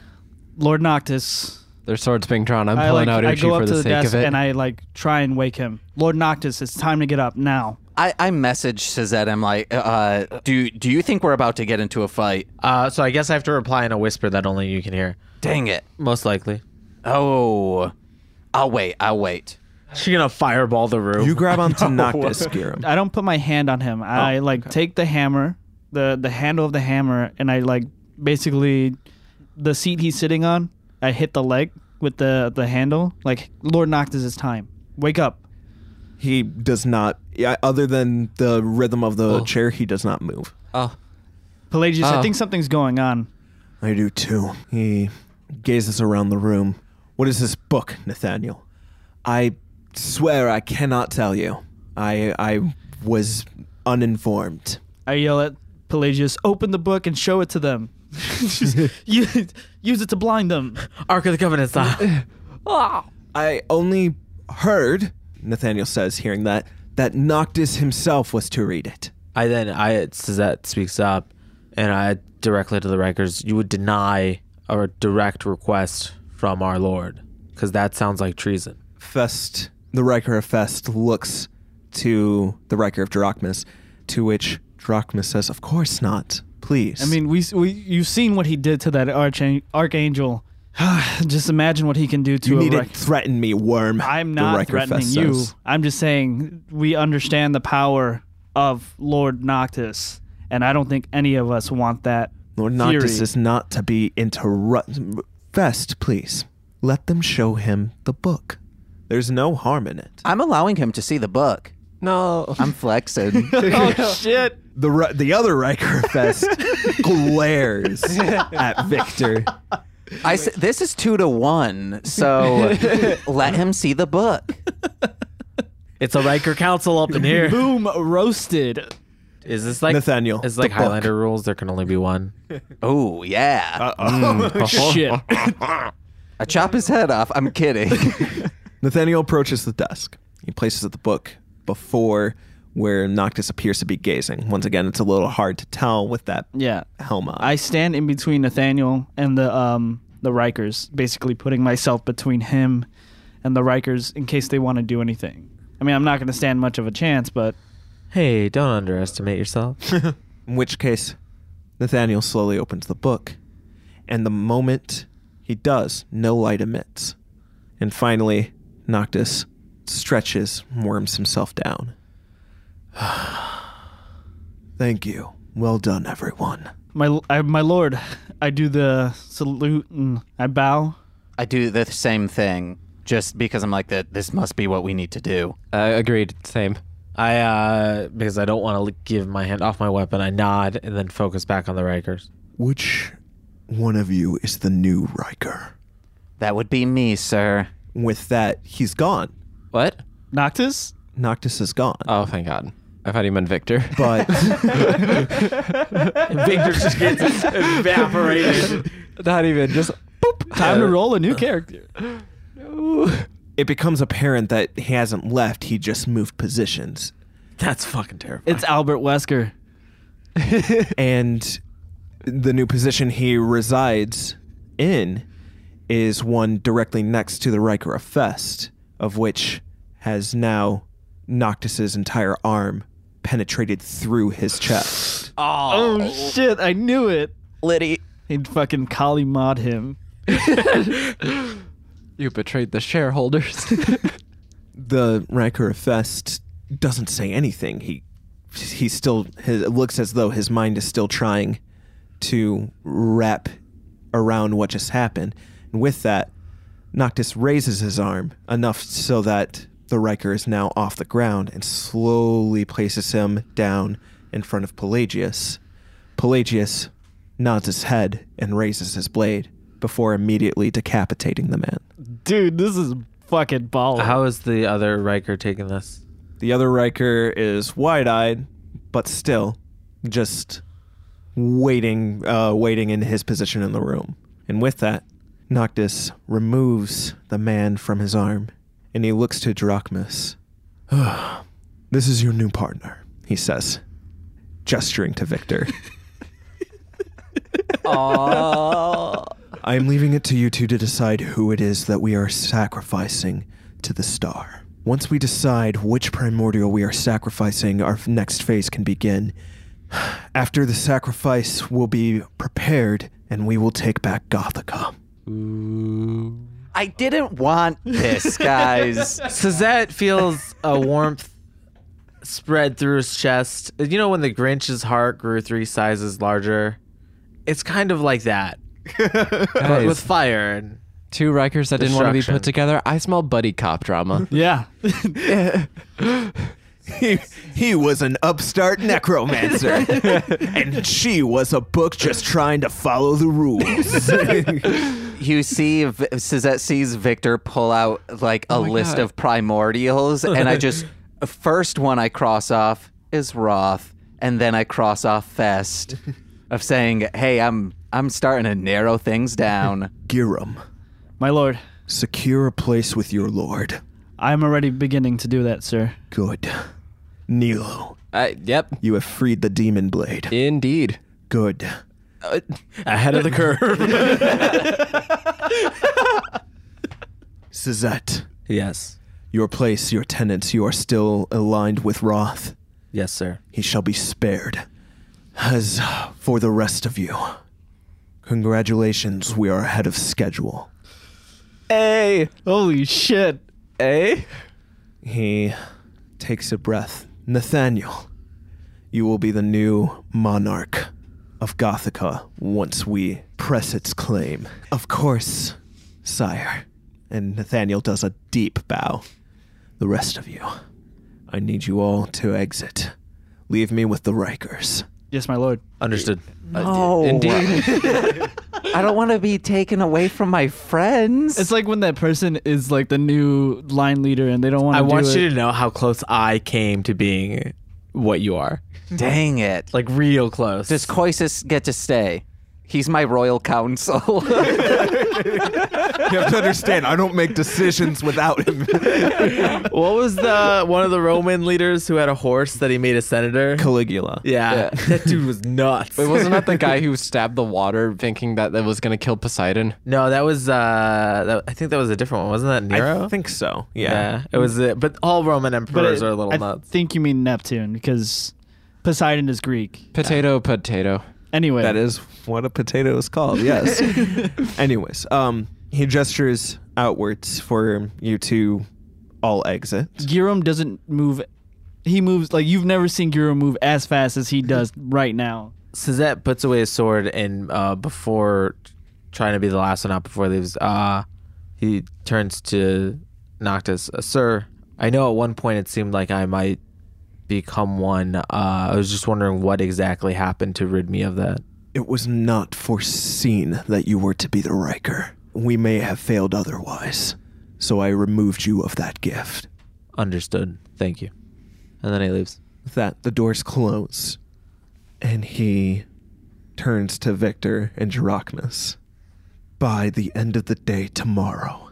Speaker 2: Lord Noctis.
Speaker 4: Their sword's being drawn. I'm
Speaker 2: I
Speaker 4: pulling
Speaker 2: like
Speaker 4: out
Speaker 2: I
Speaker 4: Uchi
Speaker 2: go up
Speaker 4: for
Speaker 2: to
Speaker 4: the
Speaker 2: the
Speaker 4: sake
Speaker 2: desk
Speaker 4: of it.
Speaker 2: and I like try and wake him. Lord Noctis, it's time to get up now.
Speaker 3: I, I message Suzette. I'm like, uh, do do you think we're about to get into a fight?
Speaker 5: Uh, so I guess I have to reply in a whisper that only you can hear.
Speaker 3: Dang it!
Speaker 5: Most likely.
Speaker 3: Oh, I'll wait. I'll wait.
Speaker 5: She's going to fireball the room.
Speaker 1: You grab onto Noctis, Giram.
Speaker 2: I don't put my hand on him. I like take the hammer, the the handle of the hammer, and I like basically the seat he's sitting on. I hit the leg with the the handle. Like Lord Noctis, it's time. Wake up.
Speaker 1: He does not, yeah, other than the rhythm of the chair, he does not move.
Speaker 4: oh,
Speaker 2: Pelagius, I
Speaker 4: Oh.
Speaker 2: think something's going on.
Speaker 1: I do too. He gazes around the room. What is this book, Nathaniel? I swear I cannot tell you. I I was uninformed.
Speaker 2: I yell at Pelagius, open the book and show it to them. use, use it to blind them.
Speaker 5: Ark of the Covenant style.
Speaker 1: I only heard, Nathaniel says, hearing that, that Noctis himself was to read it.
Speaker 5: I then I Suzette speaks up, and I directly to the Rankers. You would deny a direct request from our Lord, because that sounds like treason.
Speaker 1: Fest, the Riker of Fest, looks to the Riker of Drachmas, to which Drachmas says, "Of course not, please."
Speaker 2: I mean, we, we you've seen what he did to that archang- archangel. Just imagine what he can do to
Speaker 1: you
Speaker 2: a
Speaker 1: needn't
Speaker 2: Riker.
Speaker 1: threaten me, worm.
Speaker 2: I'm
Speaker 1: the
Speaker 2: not
Speaker 1: Riker
Speaker 2: threatening
Speaker 1: Fest
Speaker 2: you.
Speaker 1: says.
Speaker 2: I'm just saying we understand the power of Lord Noctis, and I don't think any of us want that.
Speaker 1: Lord Noctis
Speaker 2: theory.
Speaker 1: is not to be interrupted. Fest, please. Let them show him the book. There's no harm in it.
Speaker 3: I'm allowing him to see the book.
Speaker 4: No.
Speaker 3: I'm flexing.
Speaker 2: oh shit!
Speaker 1: The Ri- the other Riker Fest glares at Victor.
Speaker 3: I s- this is two to one, so let him see the book.
Speaker 5: It's a Riker Council up in here.
Speaker 2: Boom, roasted.
Speaker 5: Is this like
Speaker 1: Nathaniel,
Speaker 5: Is it like
Speaker 1: the book.
Speaker 5: Highlander rules? There can only be one.
Speaker 3: Oh yeah,
Speaker 1: Uh, Mm.
Speaker 2: Oh, Shit.
Speaker 3: I chop his head off. I'm kidding.
Speaker 1: Nathaniel approaches the desk. He places the book before where Noctis appears to be gazing. Once again, it's a little hard to tell with that
Speaker 2: Yeah,
Speaker 1: helm on.
Speaker 2: I stand in between Nathaniel and the um the Rikers, basically putting myself between him and the Rikers in case they want to do anything. I mean, I'm not going to stand much of a chance, but
Speaker 5: Hey, don't underestimate yourself.
Speaker 1: In which case, Nathaniel slowly opens the book, and the moment he does, no light emits. And finally, Noctis stretches, worms himself down. Thank you. Well done, everyone.
Speaker 2: my I, my lord, I do the salute and I bow.
Speaker 3: I do the same thing just because I'm like that. This must be what we need to do.
Speaker 4: Uh, agreed. Same.
Speaker 5: I uh because I don't want to give my hand off my weapon. I nod and then focus back on the Rikers.
Speaker 1: Which one of you is the new Riker?
Speaker 3: That would be me, sir.
Speaker 1: With that, he's gone.
Speaker 4: What?
Speaker 2: Noctis,
Speaker 1: Noctis is gone.
Speaker 4: Oh, thank God. I thought he meant Victor.
Speaker 1: but
Speaker 5: Victor just gets evaporated.
Speaker 4: Not even. Just
Speaker 2: time to roll a new character.
Speaker 1: it becomes apparent that he hasn't left, he just moved positions.
Speaker 5: That's fucking terrible.
Speaker 2: It's Albert Wesker.
Speaker 1: and the new position he resides in is one directly next to the Riker of Fest, of which has now Noctis's entire arm penetrated through his chest.
Speaker 2: Oh, shit! I knew it.
Speaker 3: Liddy.
Speaker 2: He'd fucking Kali mod him.
Speaker 4: you betrayed the shareholders.
Speaker 1: The Riker of Fest doesn't say anything. He he still his, it looks as though his mind is still trying to wrap around what just happened. And with that, Noctis raises his arm enough so that the Riker is now off the ground and slowly places him down in front of Pelagius. Pelagius nods his head and raises his blade before immediately decapitating the man.
Speaker 2: Dude, this is fucking baller.
Speaker 5: How is the other Riker taking this?
Speaker 1: The other Riker is wide eyed, but still just waiting, uh, waiting in his position in the room. And with that, Noctis removes the man from his arm and he looks to Drachmas. this is your new partner, he says, gesturing to Victor. I am leaving it to you two to decide who it is that we are sacrificing to the star. Once we decide which primordial we are sacrificing, our next phase can begin. After the sacrifice will be prepared, and we will take back Gothica.
Speaker 3: I didn't want this, guys.
Speaker 5: Suzette feels a warmth spread through his chest. You know when the Grinch's heart grew three sizes larger? It's kind of like that. But with fire and
Speaker 4: two Rikers that didn't want to be
Speaker 5: Destruction.
Speaker 4: put together. I smell buddy cop drama.
Speaker 2: Yeah.
Speaker 1: He, he was an upstart necromancer, and she was a book just trying to follow the rules.
Speaker 3: you see, V- Suzette sees Victor pull out like a list
Speaker 4: God.
Speaker 3: of primordials, and I just first one I cross off is Roth, and then I cross off Fest, of saying, "Hey, I'm I'm starting to narrow things down."
Speaker 1: Giram,
Speaker 2: My lord,
Speaker 1: secure a place with your lord.
Speaker 2: I'm already beginning to do that, sir.
Speaker 1: Good. Nilo,
Speaker 4: Uh, yep.
Speaker 1: You have freed the demon blade.
Speaker 4: Indeed.
Speaker 1: Good.
Speaker 5: Ahead of the curve.
Speaker 1: Suzette,
Speaker 5: yes.
Speaker 1: your place, your tenants, you are still aligned with Roth.
Speaker 5: Yes, sir.
Speaker 1: He shall be spared. As for the rest of you, congratulations, we are ahead of schedule.
Speaker 2: Hey, holy shit.
Speaker 4: Eh?
Speaker 1: He takes a breath. Nathaniel, you will be the new monarch of Gothica once we press its claim. Of course, sire. And Nathaniel does a deep bow. The rest of you, I need you all to exit. Leave me with the Rikers.
Speaker 2: Yes, my lord.
Speaker 5: Understood.
Speaker 3: No.
Speaker 4: Indeed.
Speaker 3: Uh, I don't want to be taken away from my friends.
Speaker 2: It's like when that person is like the new line leader and they don't want to
Speaker 5: I want
Speaker 2: do
Speaker 5: you
Speaker 2: it.
Speaker 5: to know how close I came to being what you are.
Speaker 3: dang it.
Speaker 5: Like real close.
Speaker 3: Does Coisus get to stay? He's my royal counsel.
Speaker 1: You have to understand, I don't make decisions without him.
Speaker 5: what was the one of the Roman leaders who had a horse that he made a senator?
Speaker 1: Caligula.
Speaker 5: Yeah,
Speaker 3: Yeah.
Speaker 5: that dude was nuts.
Speaker 4: Wait, wasn't that the guy who stabbed the water thinking that that was going to kill Poseidon?
Speaker 5: no, that was uh, that, I think that was a different one. Wasn't that Nero?
Speaker 1: I think so.
Speaker 5: yeah.
Speaker 1: Yeah.
Speaker 5: it was. Uh, but all Roman
Speaker 2: But
Speaker 5: emperors
Speaker 2: it-
Speaker 5: are a little
Speaker 2: I
Speaker 5: nuts.
Speaker 2: think you mean Neptune because Poseidon is Greek.
Speaker 4: Potato, potato.
Speaker 2: Anyway,
Speaker 1: That is what a potato is called. Yes. Anyways, um, he gestures outwards for you to all exit.
Speaker 2: Girum doesn't move. He moves like you've never seen Girum move as fast as he does right now.
Speaker 5: Suzette puts away his sword and uh, before trying to be the last one out before he leaves, uh, he turns to Noctis. Uh, Sir, I know at one point it seemed like I might become one. Uh, I was just wondering what exactly happened to rid me of that.
Speaker 1: It was not foreseen that you were to be the Riker. We may have failed otherwise, so I removed you of that gift.
Speaker 5: Understood. Thank you. And then he leaves.
Speaker 1: With that, the doors close, and he turns to Victor and Gerachmus. By the end of the day tomorrow,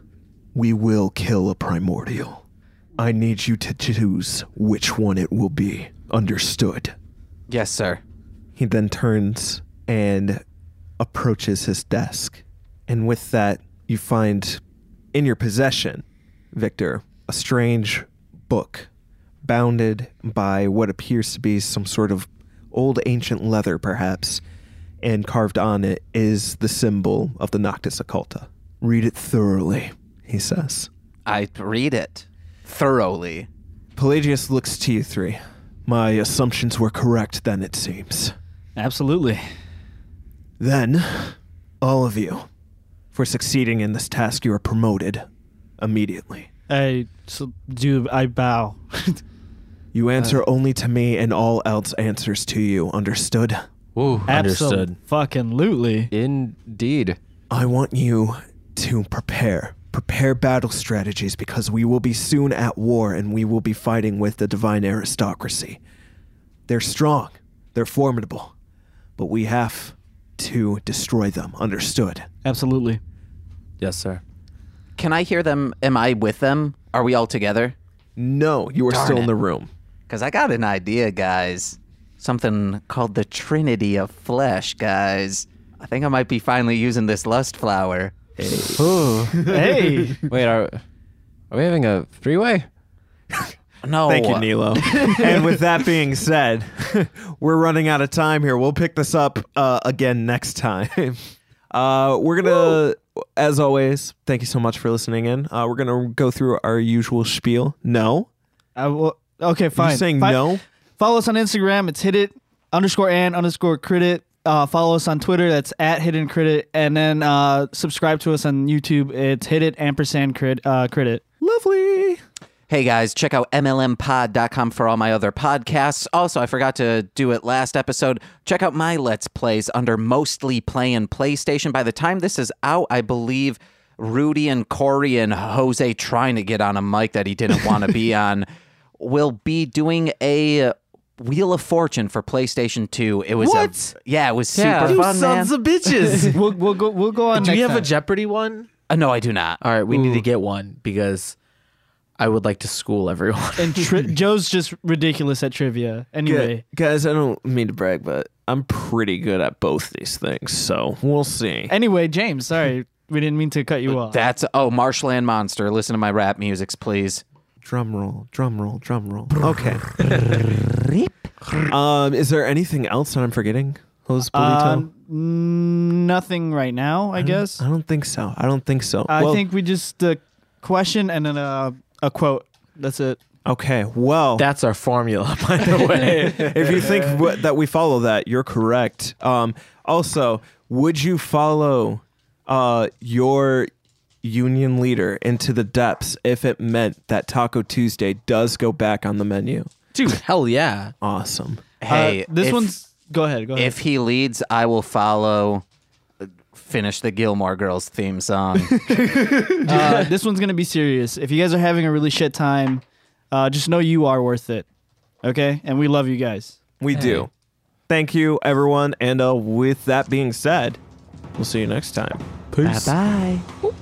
Speaker 1: we will kill a primordial. I need you to choose which one it will be. Understood.
Speaker 3: yes, sir.
Speaker 1: He then turns and approaches his desk. And with that, you find in your possession, Victor, a strange book bounded by what appears to be some sort of old ancient leather, perhaps, and carved on it is the symbol of the Noctis Occulta. Read it thoroughly, he says.
Speaker 3: I read it thoroughly.
Speaker 1: Pelagius looks to you three. My assumptions were correct then, it seems.
Speaker 2: Absolutely.
Speaker 1: Then, all of you, for succeeding in this task, you are promoted immediately.
Speaker 2: I so do. I bow.
Speaker 1: You answer
Speaker 3: Uh.
Speaker 1: only to me, and all else answers to you. Understood?
Speaker 4: Ooh.
Speaker 5: Understood.
Speaker 2: Fucking lootly.
Speaker 4: Indeed.
Speaker 1: I want you to prepare. Prepare battle strategies because we will be soon at war and we will be fighting with the divine aristocracy. They're strong, they're formidable, but we have to destroy them. Understood?
Speaker 2: Absolutely.
Speaker 5: Yes, sir.
Speaker 3: Can I hear them? Am I with them? Are we all together?
Speaker 1: No, you are
Speaker 3: Darn
Speaker 1: still
Speaker 3: it.
Speaker 1: in the room.
Speaker 3: Because I got an idea, guys. Something called the Trinity of Flesh, guys. I think I might be finally using this lust flower.
Speaker 4: Ooh.
Speaker 2: hey.
Speaker 4: Wait, are, are we having a three way?
Speaker 3: No.
Speaker 1: Thank you, Nilo. and with that being said, we're running out of time here. We'll pick this up uh, again next time. Uh, we're gonna, as always, thank you so much for listening in. Uh, we're gonna go through our usual spiel. No,
Speaker 2: I will. Okay, fine.
Speaker 1: you saying
Speaker 2: Fi-
Speaker 1: no?
Speaker 2: Follow us on Instagram. It's hit it underscore and underscore credit. Uh, follow us on Twitter. That's at hidden credit. And then uh, subscribe to us on YouTube. It's hit it ampersand crit, uh, credit.
Speaker 1: Lovely.
Speaker 3: Hey guys, check out MLMpod.com for all my other podcasts. Also, I forgot to do it last episode. Check out my Let's Plays under Mostly Playing PlayStation. By the time this is out, I believe Rudy and Corey and Jose trying to get on a mic that he didn't want to be on will be doing a Wheel of Fortune for PlayStation 2. It was a-
Speaker 5: What?
Speaker 3: yeah, it was super
Speaker 5: Yeah. You
Speaker 3: fun, man.
Speaker 5: sons of bitches.
Speaker 2: We'll, we'll go. We'll go on.
Speaker 5: Do we
Speaker 2: next
Speaker 5: have a
Speaker 2: time.
Speaker 5: Jeopardy one?
Speaker 3: Uh, no, I do not.
Speaker 5: All right, we need to get one because I would like to school everyone.
Speaker 2: And tri- Joe's just ridiculous at trivia. Anyway,
Speaker 1: guys, I don't mean to brag, but I'm pretty good at both these things, so we'll see.
Speaker 2: anyway, James, sorry, we didn't mean to cut you off.
Speaker 3: That's oh, Marshland Monster. Listen to my rap musics, please.
Speaker 1: Drum roll, drum roll, drum roll. Okay. um, is there anything else that I'm forgetting, Jose Polito?
Speaker 2: Um, n- nothing right now, I guess.
Speaker 1: I don't think so. I don't think so.
Speaker 2: I
Speaker 1: Well,
Speaker 2: think we just a question and then uh, a quote. That's it.
Speaker 1: Okay. Well,
Speaker 5: That's our formula, by the way.
Speaker 1: if you think w- that we follow that, you're correct. Um, also, would you follow uh, your union leader into the depths if it meant that Taco Tuesday does go back on the menu?
Speaker 5: Dude, hell yeah.
Speaker 1: Awesome.
Speaker 3: Hey,
Speaker 2: Uh, this
Speaker 3: if-
Speaker 2: one's. Go ahead. Go ahead.
Speaker 3: If he leads, I will follow. uh, Finish the Gilmore Girls theme song.
Speaker 2: uh, this one's gonna be serious. If you guys are having a really shit time, uh, just know you are worth it. Okay, and we love you guys.
Speaker 1: We do. Thank you, everyone. And uh, with that being said, we'll see you next time.
Speaker 3: bye bye.